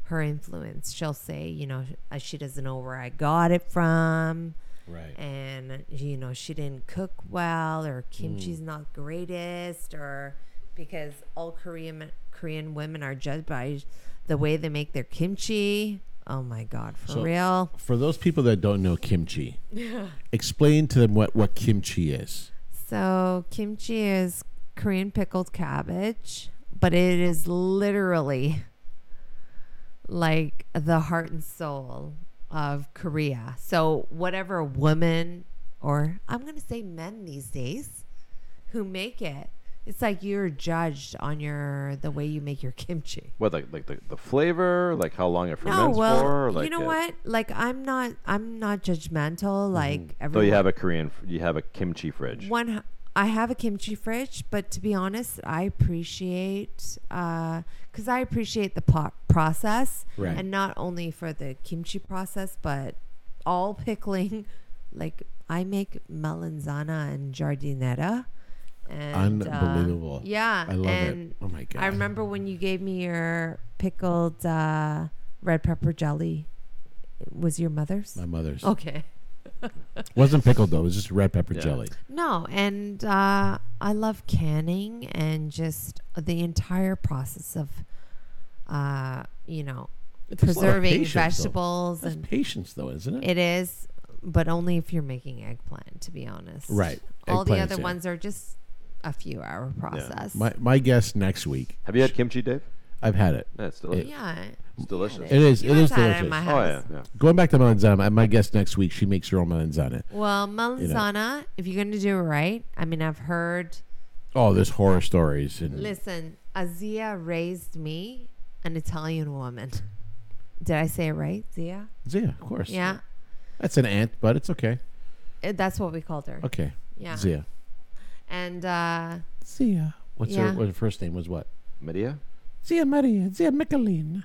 her influence she'll say you know uh, she doesn't know where i got it from
Right.
and you know she didn't cook well or kimchi's not greatest or because all korean korean women are judged by the way they make their kimchi oh my god for
So-
real
For those people that don't know kimchi, explain to them what, what kimchi is.
So kimchi is Korean pickled cabbage, but it is literally like the heart and soul of Korea. So whatever woman or I'm going to say men these days who make it, it's like you're judged on your the way you make your kimchi.
What, like, like the, the flavor? Like how long it
No,
ferments
well,
for? Like
you know
uh,
what? Like I'm not I'm not judgmental like
Mm-hmm. So
everyone
you have a Korean, fr- you have a kimchi fridge.
One, I have a kimchi fridge, but to be honest, I appreciate because I appreciate the pot process,
Right.
and not only for the kimchi process, but all pickling. Like I make melanzana and jardinetta. And, uh,
Unbelievable.
yeah,
I love
and
it. Oh my god.
I remember when you gave me your pickled uh, red pepper jelly. Was your mother's?
my mother's.
Okay.
Wasn't pickled though. It was just red pepper
Yeah.
jelly.
No, and uh, I love canning and just the entire process of, uh, you know,
It takes a lot of
preserving
patience, though.
vegetables.
That's
and
patience, though, isn't it?
It is, but only if you're making eggplant, to be honest.
Right.
All the
Eggplants,
other
yeah.
ones are just a few hour process.
My my guess next week.
Have you had kimchi, Dave?
I've had it.
That's delicious.
yeah.
It's
It
delicious.
is.
You
it is
guys had it in
delicious.
my
Oh yeah,
house.
yeah.
Going back to melanzana, my guess next week she makes her own melanzana.
Well, melanzana, if you're going to do it right, I mean, I've heard
Oh, there's horror stories and
Listen, Azia raised me, an Italian woman. Did I say it right, Zia?
Zia, of course.
Yeah,
That's an ant, but it's okay.
Uh, that's what we called her.
Okay.
Yeah,
Zia.
and uh,
Zia. What's
Yeah.
her, what her first name was what?
Maria.
Zia Maria. Zia Micheline.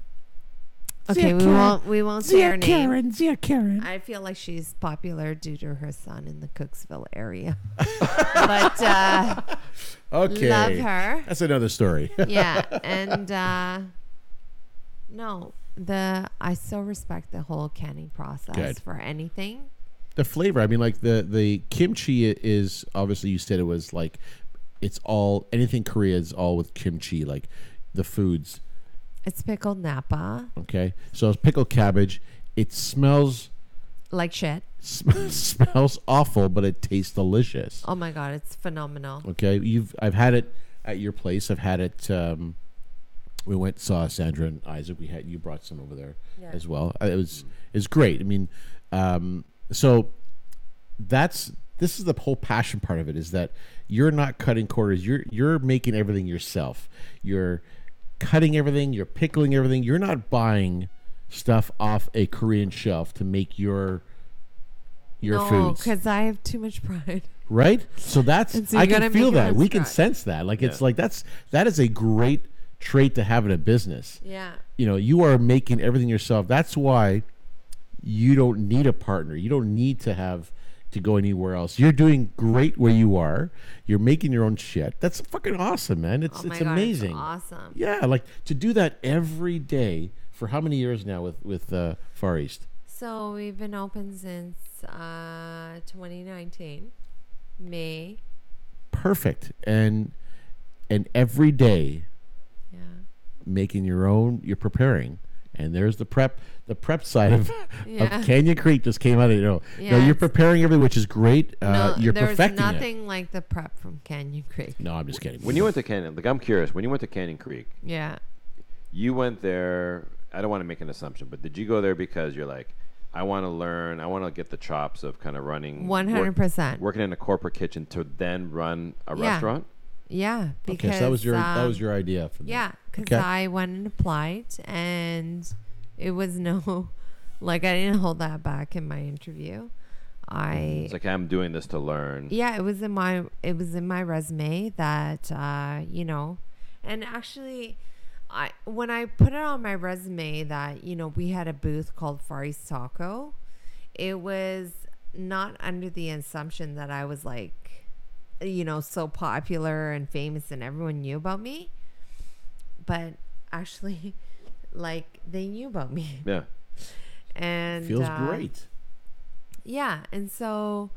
okay, we won't we won't say her name.
Zia Karen.
I feel like she's popular due to her son in the Cooksville area, but uh,
Okay.
love her.
That's another story.
Yeah, and uh, no, the I so respect the whole canning process
Good.
for anything.
the flavor. I mean, like the the kimchi is obviously you said it was like it's all anything Korea is all with kimchi, like the foods.
It's pickled napa
Okay, so it's pickled cabbage. It smells
like shit.
sm- smells awful, but it tastes delicious.
Oh my god, it's phenomenal.
Okay, you've I've had it at your place. I've had it. Um, we went saw Sandra and Isaac. We had you brought some over there
Yeah.
as well. Uh, It was it's great. I mean, um, so that's this is the whole passion part of it is that you're not cutting quarters. You're you're making everything yourself. You're cutting everything. You're pickling everything. You're not buying stuff off a Korean shelf to make your your
no,
foods
because I have too much pride.
right so that's
And so you
i can
gotta make
feel
your
that
own
we can
scratch.
sense that like it's
Yeah.
like that's that is a great trait to have in a business
Yeah.
you know you are making everything yourself that's why you don't need a partner you don't need to have to go anywhere else you're doing great where you are you're making your own shit that's fucking awesome man it's
Oh my
it's
god,
amazing
It's awesome.
yeah like to do that every day for how many years now with with uh, far east
So we've been open since uh, 2019, May.
perfect and and every day
Yeah.
making your own you're preparing and there's the prep the prep side of,
Yeah.
of canyon creek just came out of you know no
Yes.
you're preparing everything which is great uh,
no,
you're
there's
perfecting it
nothing like the prep from Canyon Creek.
no i'm just kidding
When you went to Canyon, like I'm curious, when you went to Canyon Creek,
Yeah.
you went there. I don't want to make an assumption, but did you go there because you're like, I want to learn, I want to get the chops of kind of running, work-
100%.
working in a corporate kitchen to then run a
Yeah.
restaurant.
Yeah. Because
okay so that was your that was
um,
your idea for that.
Yeah, because
Okay.
I went and applied, and it was no, like I didn't hold that back in my interview. I
It's like I'm doing this to learn.
yeah it was in my it was in my resume that uh you know and actually i when i put it on my resume that you know we had a booth called far east taco it was not under the assumption that i was like you know so popular and famous and everyone knew about me but actually like they knew about me
Yeah.
and
feels
uh,
great
yeah, and so,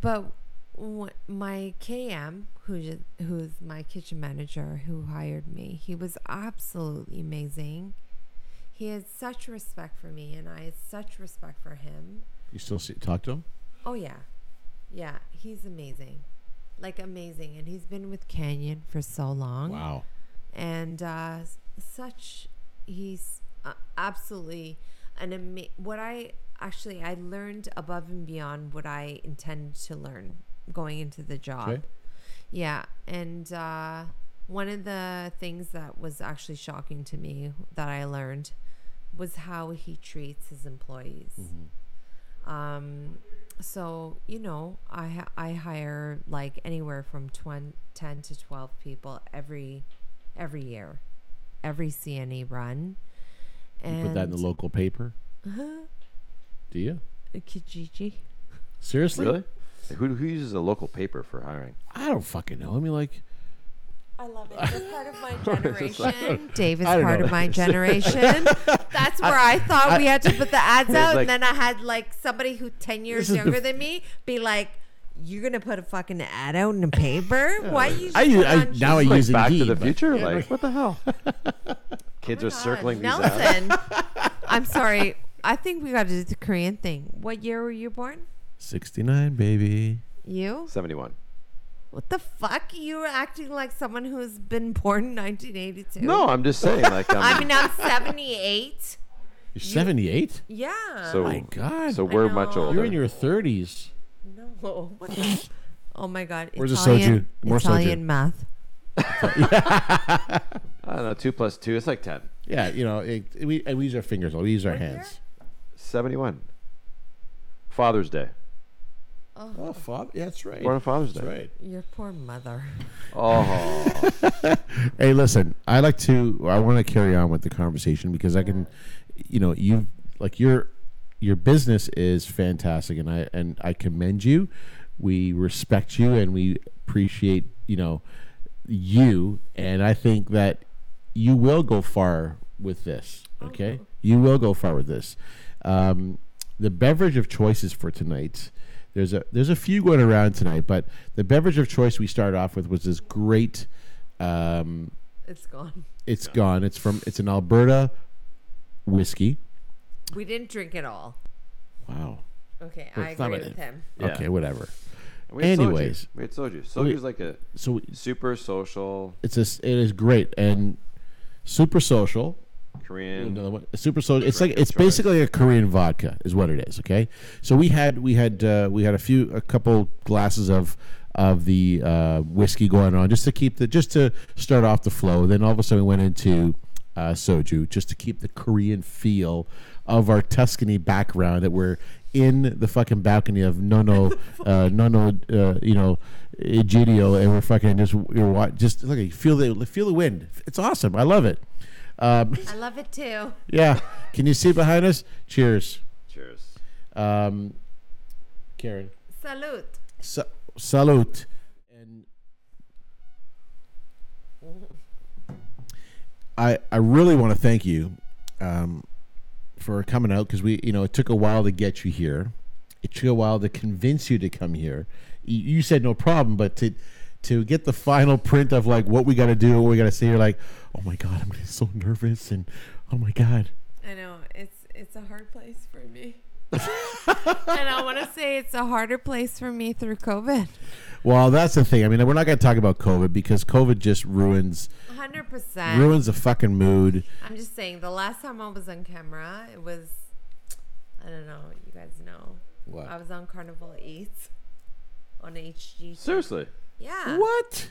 but wh- my KM, who ju- who's my kitchen manager, who hired me, he was absolutely amazing. He had such respect for me, and I had such respect for him.
you still see, talk to him
Oh yeah, yeah, he's amazing, like amazing, and he's been with Canyon for so long
wow
and uh, s- such he's uh, absolutely an ama- what i actually i learned above and beyond what i intended to learn going into the job
Okay.
yeah and uh, one of the things that was actually shocking to me that i learned was how he treats his employees
Mm-hmm.
um, so you know, I ha- I hire like anywhere from 20, 10 to twelve people every every year, every CNE run. And Uh-huh.
you put that in the local paper do you
Kijiji.
seriously
Really? Who, who uses a local paper for hiring?
i don't fucking know i mean like
I love it. You're part of my generation. Dave is
I don't
part
know
of
what
my
this
generation. That's where I, thought we had to put the ads out,
like-
and then I had like somebody who ten years
is
younger
the-
than me be like, "You're gonna put a fucking ad out in a paper? Why you?" Just
I, use, I
on
now I
Like
use
Back
Indeed.
to the
but-
Future. like what the hell? Kids are
Oh God,
circling these out.
Nelson. I'm sorry. I think we got to do the Korean thing. What year were you born?
69, baby.
You?
Seventy-one.
What the fuck? You were acting like someone who's been born in 1982.
No, I'm just saying. Like um,
I
I'm,
mean I'm 78.
You're 78?
Yeah.
so.
My God.
So we're much
know.
older.
You're in your 30s.
no. What the- oh my god.
Where's the
Italian,
soju? More soju.
Italian math.
I don't know. Two plus two. It's like ten.
Yeah, you know, it, it- we, and we use our fingers, we use our hands.
Seventy-one. Father's Day.
Oh, Father, yeah, that's right.
Born on Father's Day.
right.
Your poor mother.
Oh,
Hey, listen, I like to. I want to carry on with the conversation because I can, you know, you like your your business is fantastic, and I and I commend you. We respect you, and we appreciate you know you, and I think that you will go far with this. Okay, you will go far with this. Um, the beverage of choices for tonight. There's a there's a few going around tonight, but the beverage of choice we started off with was this great. Um,
It's gone.
it's gone. It's from it's an Alberta whiskey.
We didn't drink it all.
Wow.
Okay, I
It's not
agree
an-
with him.
Yeah.
Okay, whatever.
we had soju.
Anyways.
we had soju. Soju's like a
So
super social
it's a, it is great and super social.
Korean.
Another one, super social. It's like
Drink of
it's basically a Korean vodka, is what it is. Okay, so we had we had uh, we had a few a couple glasses of of the uh, whiskey going on just to keep the just to start off the flow. Then all of a sudden we went into uh, soju just to keep the Korean feel of our Tuscany background that we're in the fucking balcony of Nono uh, Nono uh, you know Egidio and we're fucking just you're wa- just look you feel the feel the wind. It's awesome. I love it. Um,
I love it too.
yeah. Can you see behind us? Cheers.
Cheers.
Um, Karen.
Salute.
Sa- salute. And I I really want to thank you um, for coming out because we you know it took a while to get you here. It took a while to convince you to come here. You, you said no problem, but to to get the final print of like what we got to do, what we got to say, you're like, oh my god, I'm getting so nervous, and oh my god.
I know it's it's a hard place for me. and I want to say it's a harder place for me through COVID.
Well, that's the thing. I mean, we're not going to talk about COVID because COVID just ruins
100%.
ruins the fucking mood.
I'm just saying the last time I was on camera, it was I don't know, you guys know.
What?
I was on Carnival Eats on HG.
Seriously,
Yeah.
What?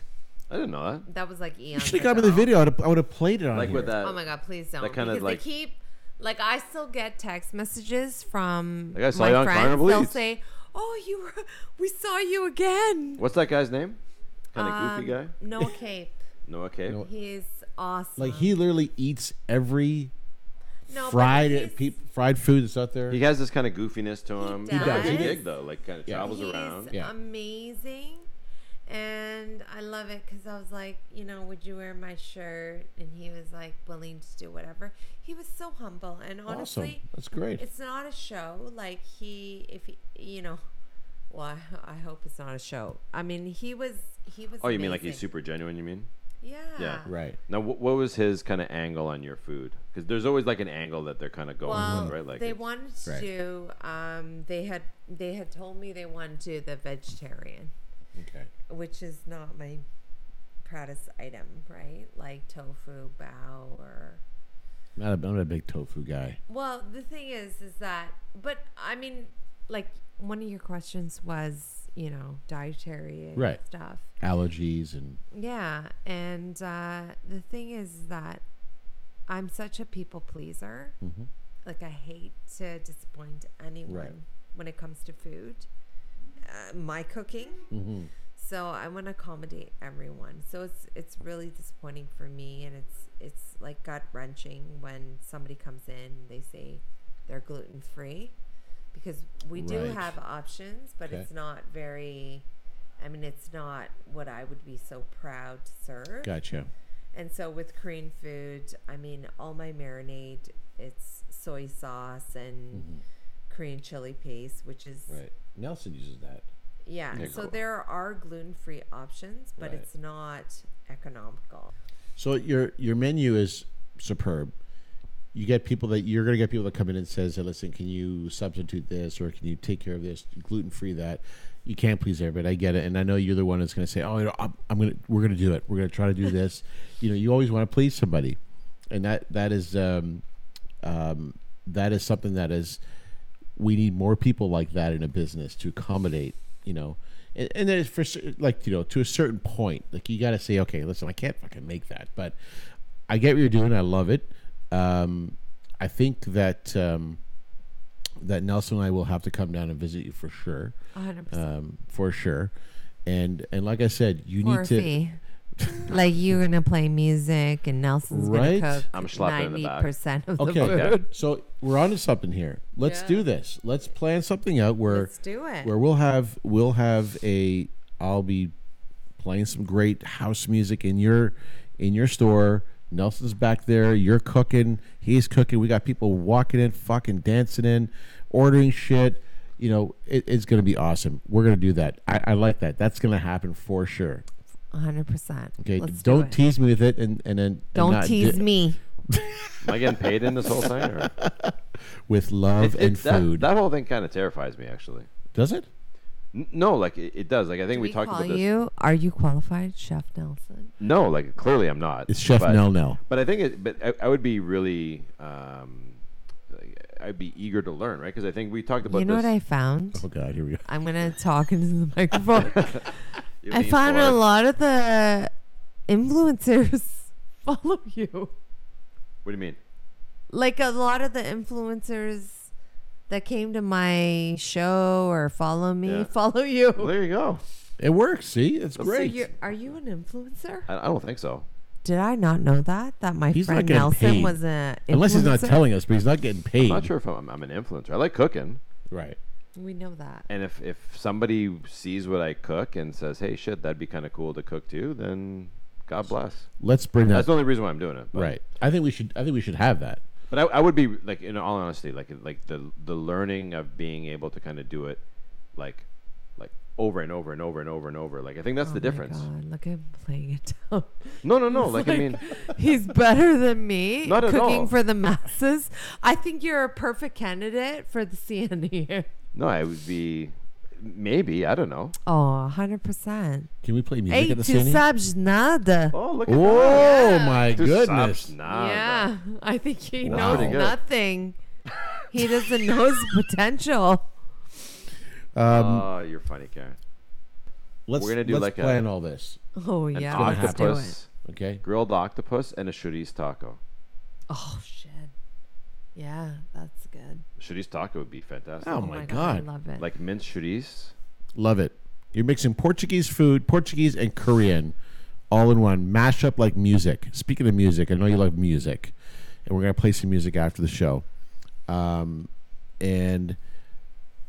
I didn't know that.
That was like eons.
You should have got me the video. I'd have- I would have played it on
Like
here.
with that.
Oh my god, please don't.
That kinda
because
like-
they keep like I still get text messages from
Like, I saw
my
you on
friends.
Carnival
They'll
Eats.
say, "Oh, you were we saw you again."
What's that guy's name? Kind of goofy guy.
Um, Noah Cape.
Noah Cape.
Noah-
He's awesome.
Like he literally eats every
No, but
fried
he's-
pe- fried food that's out there.
He has this kind of goofiness to him.
He
does.
He's
He
big
does.
though. Like kind of
Yeah.
travels
he's
around.
Yeah.
amazing. And I love it because I was like, you know, would you wear my shirt? And he was like willing to do whatever. He was so humble. And
awesome.
honestly,
That's great.
it's not a show. Like he, if he, you know, well, I, I hope it's not a show. I mean, he was, he was.
Oh, you mean like he's
amazing.
super genuine? You mean?
Yeah.
Yeah.
Right.
Now, what, what was his kind of angle on your food? Because there's always like an angle that they're kind of going
Well,
with, right? Like
they
it's-
wanted to
Right.
do. Um, they had they had told me they wanted to do the vegetarian,
Okay.
which is not my proudest item, right? Like tofu, bao, or
Not a, I'm not a big tofu guy.
well, the thing is, is that. But I mean, like one of your questions was, you know, dietary and
Right.
stuff.
Allergies and
Yeah, and uh, the thing is that I'm such a people pleaser. Like I hate to disappoint anyone when it comes to food, uh, my cooking. So I want to accommodate everyone. So it's it's really disappointing for me, and it's it's like gut wrenching when somebody comes in and they say they're gluten free, because we do
Right.
have options, but
Okay.
it's not very. I mean, it's not what I would be so proud to serve.
gotcha.
And so with Korean food, I mean, all my marinade
it's soy sauce and Korean chili paste, which is
Mm-hmm. Right. Nelson uses that.
yeah.
Yeah,
so
cool.
there are gluten free options, but
Right.
it's not economical.
So your your menu is superb. You get people that you're going to get people that come in and says, "Hey, listen, can you substitute this or can you take care of this gluten free that?" You can't please everybody. I get it, and I know you're the one that's going to say, "Oh, you know, I'm, I'm going to we're going to do it. We're going to try to do this." you know, you always want to please somebody, and that that is um, um, that is something that is we need more people like that in a business to accommodate you know and, and then it's for cer- like you know to a certain point like you got to say okay listen i can't fucking make that but i get what you're doing i love it um, i think that um, that nelson and i will have to come down and visit you for sure
100%.
um, for sure and and like i said you
for
need
a
to
fee. like you're gonna play music and Nelson's
Right?
gonna cook
I'm slapping in the back.
percent of the
okay
food.
Yeah.
so we're onto something here let's
Yeah.
do this let's plan something out where
Let's do it.
where we'll have we'll have a I'll be playing some great house music in your in your store. Nelson's back there. You're cooking. He's cooking. We got people walking in, fucking dancing in, ordering shit. You know, it, it's gonna be awesome. We're gonna do that. I, I like that. That's gonna happen for sure.
100%.
Okay,
Let's do
don't
it.
tease me with it, and and then and
Don't
not
tease
di-
me.
Am I getting paid in this whole thing? Or?
with love
It-
and
it- that-
food.
That, whole thing kind of terrifies me, actually.
Does it?
N- No, like it, it does. Like I think
Do
we,
we
talked
call
about this.
you. Are you qualified, Chef Nelson?
No, like clearly I'm not.
It's Chef
but-
Nell Nell.
But I think, it, but I, I would be really, um, like, I'd be eager to learn, right? Because I think we talked about
you know
this.
what I found?
Oh God, here we go.
I'm gonna talk into the microphone.
You
I
lean
found a
forward.
lot of the influencers follow you.
What do you mean?
Like a lot of the influencers that came to my show or follow me
Yeah.
follow you.
Well, there you go.
It works. See, it's
So
great.
you're, are you an influencer?
I, I don't think so.
Did I not know that? That my
He's not
friend
getting
Nelson
paid.
was an influencer?
Unless he's not telling us, but he's not getting paid.
I'm not sure if I'm, I'm an influencer. I like cooking,
Right.
We know that.
and if if somebody sees what I cook and says, "Hey, shit, that'd be kind of cool to cook too," then God bless.
Let's bring that
That's the only reason why I'm doing it. but-
Right. I think we should. I think we should have that.
But I, I would be like, in all honesty, like like the the learning of being able to kind of do it, like like over and over and over and over and over. Like I think that's
Oh
the
my
difference.
God, look at him playing it down.
No, no, no.
It's
Like, I
like-
mean,
He's better than me.
Not at
cooking
all.
for the masses. I think you're a perfect candidate for the CN here.
no, I would be maybe I don't know.
Oh, 100%.
Can we play music
Hey,
at the
tu
same
sabes nada.
Oh, look at that.
Oh my
Two
goodness!
subs, nah, nah.
yeah, I think he
Wow.
knows
Pretty
good.
nothing. He doesn't know his potential.
Um,
oh, you're funny, Karen.
let's
we're gonna do
let's
like a-
plan all this.
Oh,
An
yeah.
gonna
Let's do it.
octopus,
Okay.
grilled octopus, and a chorizo taco.
Oh, shit. Yeah, that's good.
Chorizo taco would be fantastic.
Oh, my, god!
I
Love.
love it.
Like minced chorizo.
it. You're mixing Portuguese food, Portuguese and Korean, all in one. Mash up like music. Speaking of music, I know you love music, and we're gonna play some music after the show. Um, and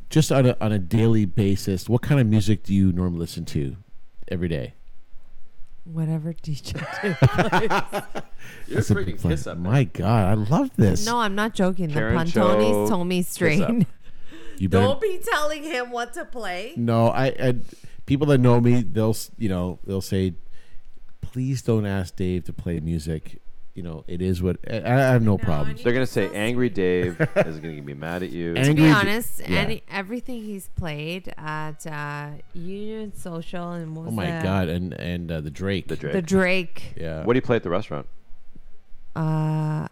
just on a, on a daily basis, what kind of music do you normally listen to every day?
Whatever DJ.
You're
That's a big
freaking
plan.
kiss up. man.
My God, I love this.
no, I'm not joking.
Karen
the
Cho,
Pantonis told me straight.
up.
you better.
Don't be telling him what to play.
No, I, I. People that know me, they'll s- you know they'll say, please don't ask Dave to play music. You know, it is what I, I have no, problem.
They're gonna say angry Dave is gonna be mad at you.
Ang-
To be
Angry-
honest,
yeah.
any, everything he's played at uh, Union Social and what
Oh
was
my
the-
God, and and uh, the Drake.
The Drake.
the Drake,
Yeah.
What do you play at the restaurant?
uh,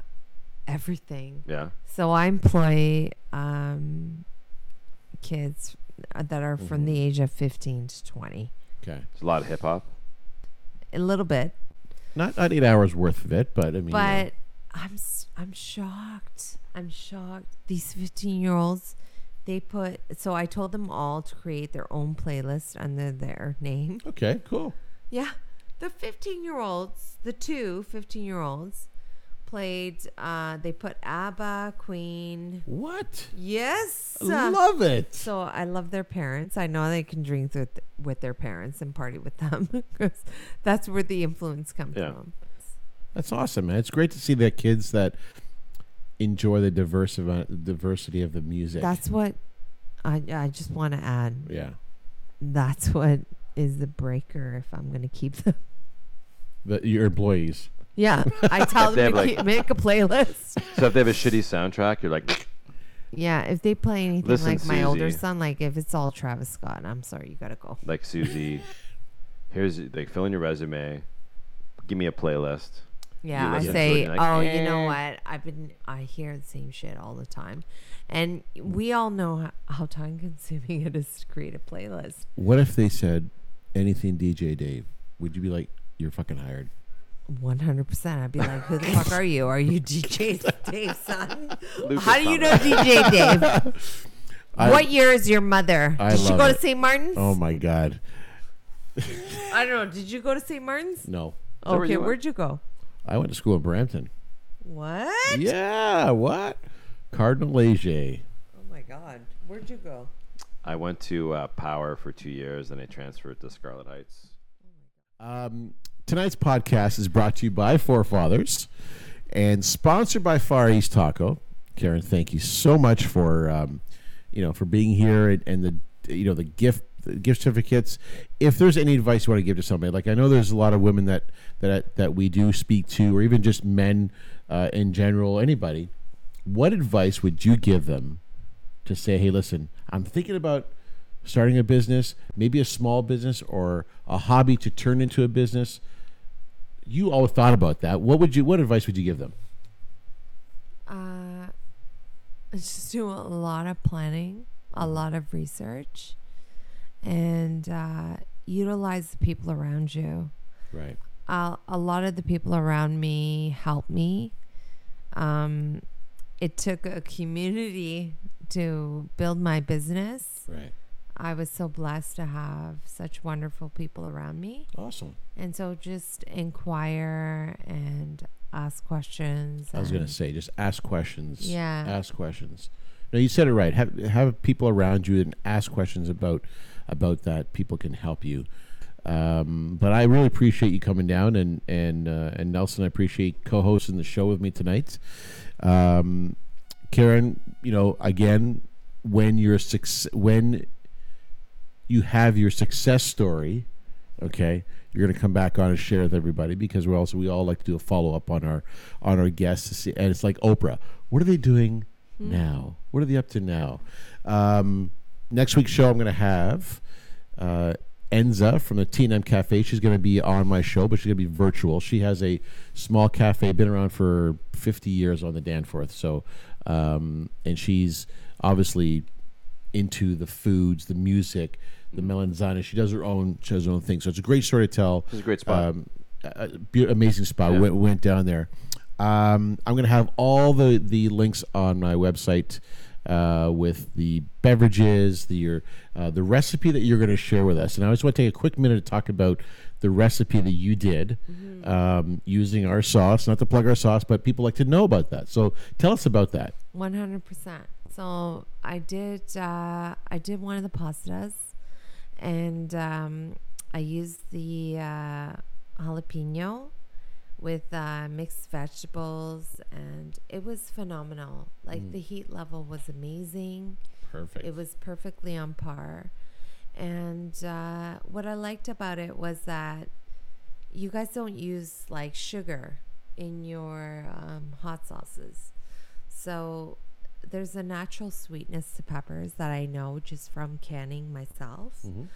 everything.
Yeah.
So I employ um, kids that are from
Mm-hmm.
the age of 15 to 20.
okay.
It's a lot of hip hop.
A little bit,
Not not eight hours worth of it, but I mean. uh,
but I'm s- I'm shocked. I'm shocked. These 15 year olds, they put so I told them all to create their own playlist under their name.
okay. Cool.
Yeah, the 15 year olds, the two 15 year olds, played. Uh, they put ABBA, Queen.
What?
Yes,
I love it.
So I love their parents. I know they can drink with with their parents and party with them 'cause that's where the influence comes
Yeah.
from.
That's awesome, man. It's great to see that kids that enjoy the diverse of, diversity of the music.
That's what I, I just want to add.
yeah.
That's what is the breaker if I'm going to keep them.
The, your employees.
Yeah, I tell
If they
them to
have, like-
keep, make a playlist.
So if they have a shitty soundtrack, you're like,
Yeah, if they play anything
Listen,
like my older
Susie.
son, like if it's all Travis Scott, I'm sorry, you gotta go.
like Susie, here's like fill in your resume, give me a playlist.
Yeah,
You
I
listen to it,
say,
you're like,
oh, you know
"Eh."
what? I've been I hear the same shit all the time, and we all know how, how time consuming it is to create a playlist.
What if they said anything DJ Dave? Would you be like, you're fucking hired?
One hundred percent. I'd be like, who the fuck are you? Are you DJ Dave son?
Lucas
How do you
Thomas.
know DJ Dave?
I-
what year is your mother?
I
Did she
love
go to
it.
St. Martin's?
Oh my God.
I don't know. Did you go to St. Martin's?
No.
that where
okay,
you went?
where'd you go?
I went to school in Brampton.
What?
Yeah. What? Cardinal Leger.
Oh my God, where'd you go?
I went to uh, Power for two years, then I transferred to Scarlet Heights.
Um, tonight's podcast is brought to you by Forefathers and sponsored by Far East Taco. Karen, thank you so much for um, you know for being here and, and the you know the gift the gift certificates. If there's any advice you want to give to somebody, like I know there's a lot of women that that that we do speak to, or even just men uh, in general, anybody. What advice would you give them to say, hey, listen, I'm thinking about starting a business, maybe a small business or a hobby to turn into a business. You all thought about that. What would you? What advice would you give them?
Uh, just do a lot of planning, a lot of research, and uh, utilize the people around you.
Right.
Uh, a lot of the people around me helped me. Um, it took a community to build my business.
Right.
I was so blessed to have such wonderful people around me.
Awesome.
And so just inquire and ask questions.
I was gonna
and-
say, just ask questions.
Yeah.
Ask questions. No, you said it right. Have have people around you and ask questions about about that. People can help you. Um, but I really appreciate you coming down and and uh, and Nelson. I appreciate co-hosting the show with me tonight. Um, Karen, you know, again, when you're suc- when you have your success story, okay, you're gonna come back on and share with everybody because we're also we all like to do a follow up on our on our guests to see, and it's like Oprah. What are they doing
Hmm.
now? What are they up to now? Um, next week's show, I'm gonna have uh, Enza from the TNM Cafe. She's going to be on my show, but she's going to be virtual. She has a small cafe, been around for 50 years on the Danforth. So, um, and she's obviously into the foods, the music, the melanzana. She does her own, she does her own thing. So it's a great story to tell.
Mm-hmm. It's a great spot.
Um, a- a be- amazing spot.
Yeah.
Went, went down there. Um, I'm gonna have all the the links on my website uh, with the beverages, the your uh, the recipe that you're gonna share with us. And I just want to take a quick minute to talk about the recipe that you did um, using our sauce. Not to plug our sauce, but people like to know about that. So tell us about that.
One hundred percent. So I did. Uh, I did one of the pastas, and um, I used the uh, jalapeno with uh, mixed vegetables, and it was phenomenal. Like the heat level was amazing.
Perfect.
It was perfectly on par. And uh, what I liked about it was that you guys don't use like sugar in your um, hot sauces. So there's a natural sweetness to peppers that I know just from canning myself,
Hmm. Mm-hmm.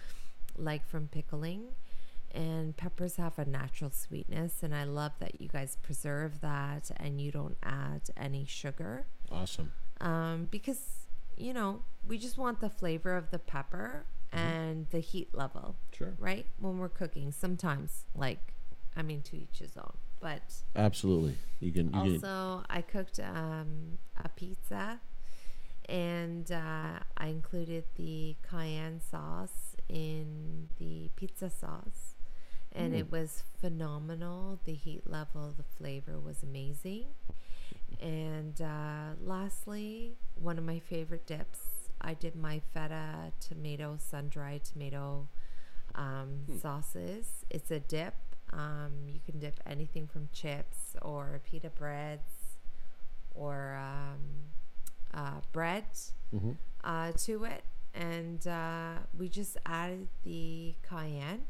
like from pickling. And peppers have a natural sweetness, and I love that you guys preserve that and you don't add any sugar
awesome.
um, because you know we just want the flavor of the pepper and the heat level,
Sure.
right? When we're cooking, sometimes like I mean, to each his own. But
Absolutely. You can. You can
also, I cooked um, a pizza, and uh, I included the cayenne sauce in the pizza sauce. And it was phenomenal. The heat level, the flavor was amazing. And uh, lastly, one of my favorite dips, I did my feta tomato sun dried tomato um, sauces. It's a dip. Um, you can dip anything from chips or pita breads or um, uh, bread
Mm-hmm.
uh, to it, and uh, we just added the cayenne.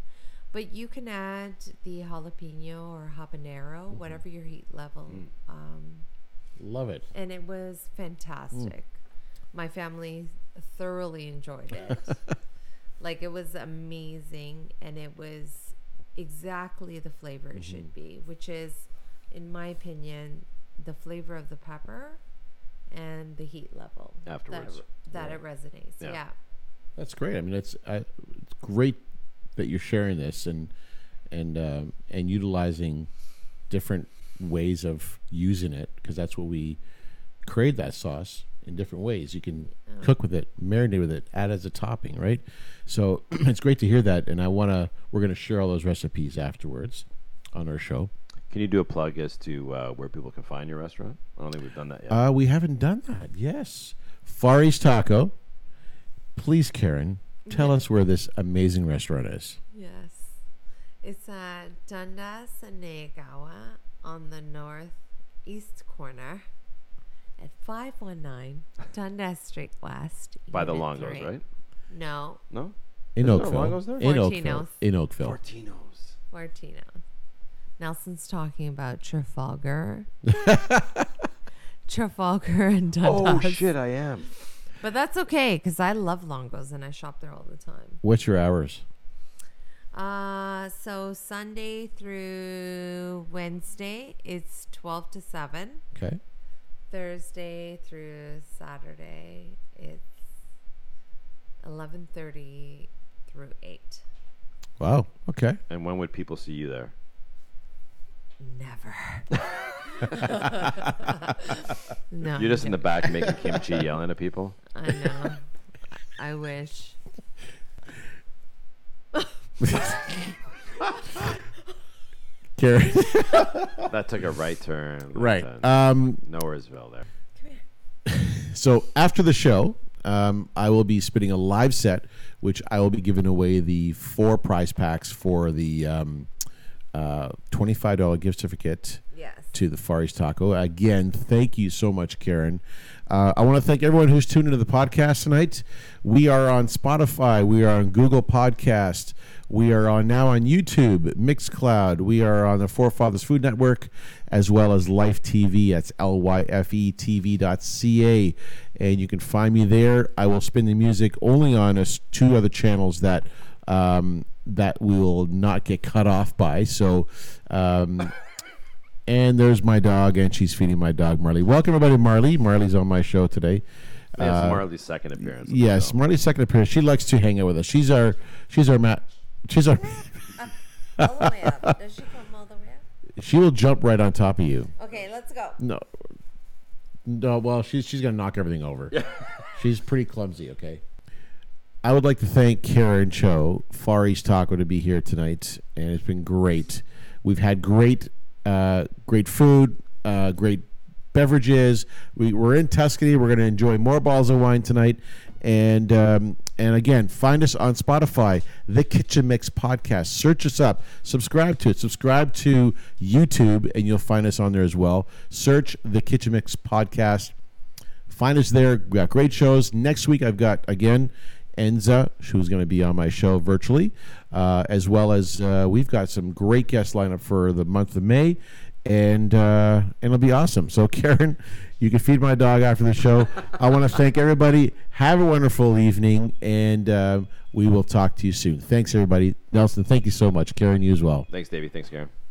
But you can add the jalapeno or habanero, whatever your heat level. Um,
Love it.
and it was
Mm.
fantastic. My family thoroughly enjoyed it. like it was amazing and it was exactly the flavor it
Mm-hmm.
should be, which is in my opinion the flavor of the pepper and the heat level that it
Afterwards.
re- that, it resonates.
Yeah.
Yeah.
That's great. I mean, it's I, it's great that you're sharing this and and um, and utilizing different ways of using it because that's what we create that sauce in different ways. You can cook with it, marinate with it, add as a topping, right? So it's great to hear that, and I wanna we're gonna share all those recipes afterwards on our show.
Can you do a plug as to uh, where people can find your restaurant? I don't think we've done that yet.
Uh, we haven't done that. Yes. Far East Taco. Please, Karen, tell us where this amazing restaurant is.
Yes. It's at Dundas and Naegawa on the northeast corner at 519 Dundas Street West.
By the
Unit
Longos,
three.
right?
No,
No?
In
There's no
Oakville.
Longos there?
in Oakville.
Fortinos.
In Oakville.
Fortinos.
Martino. Nelson's talking about Trafalgar. Trafalgar and
Oh,
Dundas.
shit, I am.
But that's okay because I love Longos and I shop there all the time.
What's your hours?
Uh, so Sunday through Wednesday, it's 12 to 7.
Okay.
Thursday through Saturday, it's 11.30 through 8.
Wow. Okay.
And when would people see you there?
Never.
Uh,
no.
You're just in
no.
the back making kimchi, yelling at people.
I know. I wish.
Karen.
That took a right turn. left
right.
turn.
Um,
no Isville there.
so after the show, um, I will be spinning a live set, which I will be giving away the four prize packs for the um, uh, $25 gift certificate.
Yes.
to the Far East Taco. Again, thank you so much, Karen. Uh, I want to thank everyone who's tuned into the podcast tonight. We are on Spotify. We are on Google Podcast. We are on now on YouTube, Mixcloud. We are on the Forefathers Food Network, as well as Life TV. That's L Y F E TV dot C A. And you can find me there. I will spin the music only on us two other channels that um, that we will not get cut off by. So um, and there's my dog, and she's feeding my dog Marley. Welcome everybody, Marley. Marley's on my show today.
They have
Uh,
Marley's second appearance. on the
yes,
show.
Marley's second appearance. She likes to hang out with us. She's our, she's our mat, she's our.
all the way up. Does she come all the way up?
she will jump right on top of you.
Okay, let's go.
No, no. Well, she's she's gonna knock everything over. she's pretty clumsy. Okay. I would like to thank Karen Cho, Far East Taco, to be here tonight, and it's been great. We've had great, uh, great food, uh, great beverages. We, we're in Tuscany. We're going to enjoy more balls of wine tonight, and um, and again, find us on Spotify, The Kitchen Mix Podcast. Search us up, subscribe to it, subscribe to YouTube, and you'll find us on there as well. Search The Kitchen Mix Podcast find us there. We got great shows. Next week, I've got again Enza, who's going to be on my show virtually, uh, as well as uh, we've got some great guest lineup for the month of May, and uh, and it'll be awesome. So, Karen, you can feed my dog after the show. I want to thank everybody. Have a wonderful evening, and uh, we will talk to you soon. Thanks, everybody. Nelson, thank you so much. Karen, you as well.
Thanks, Davey. Thanks, Karen.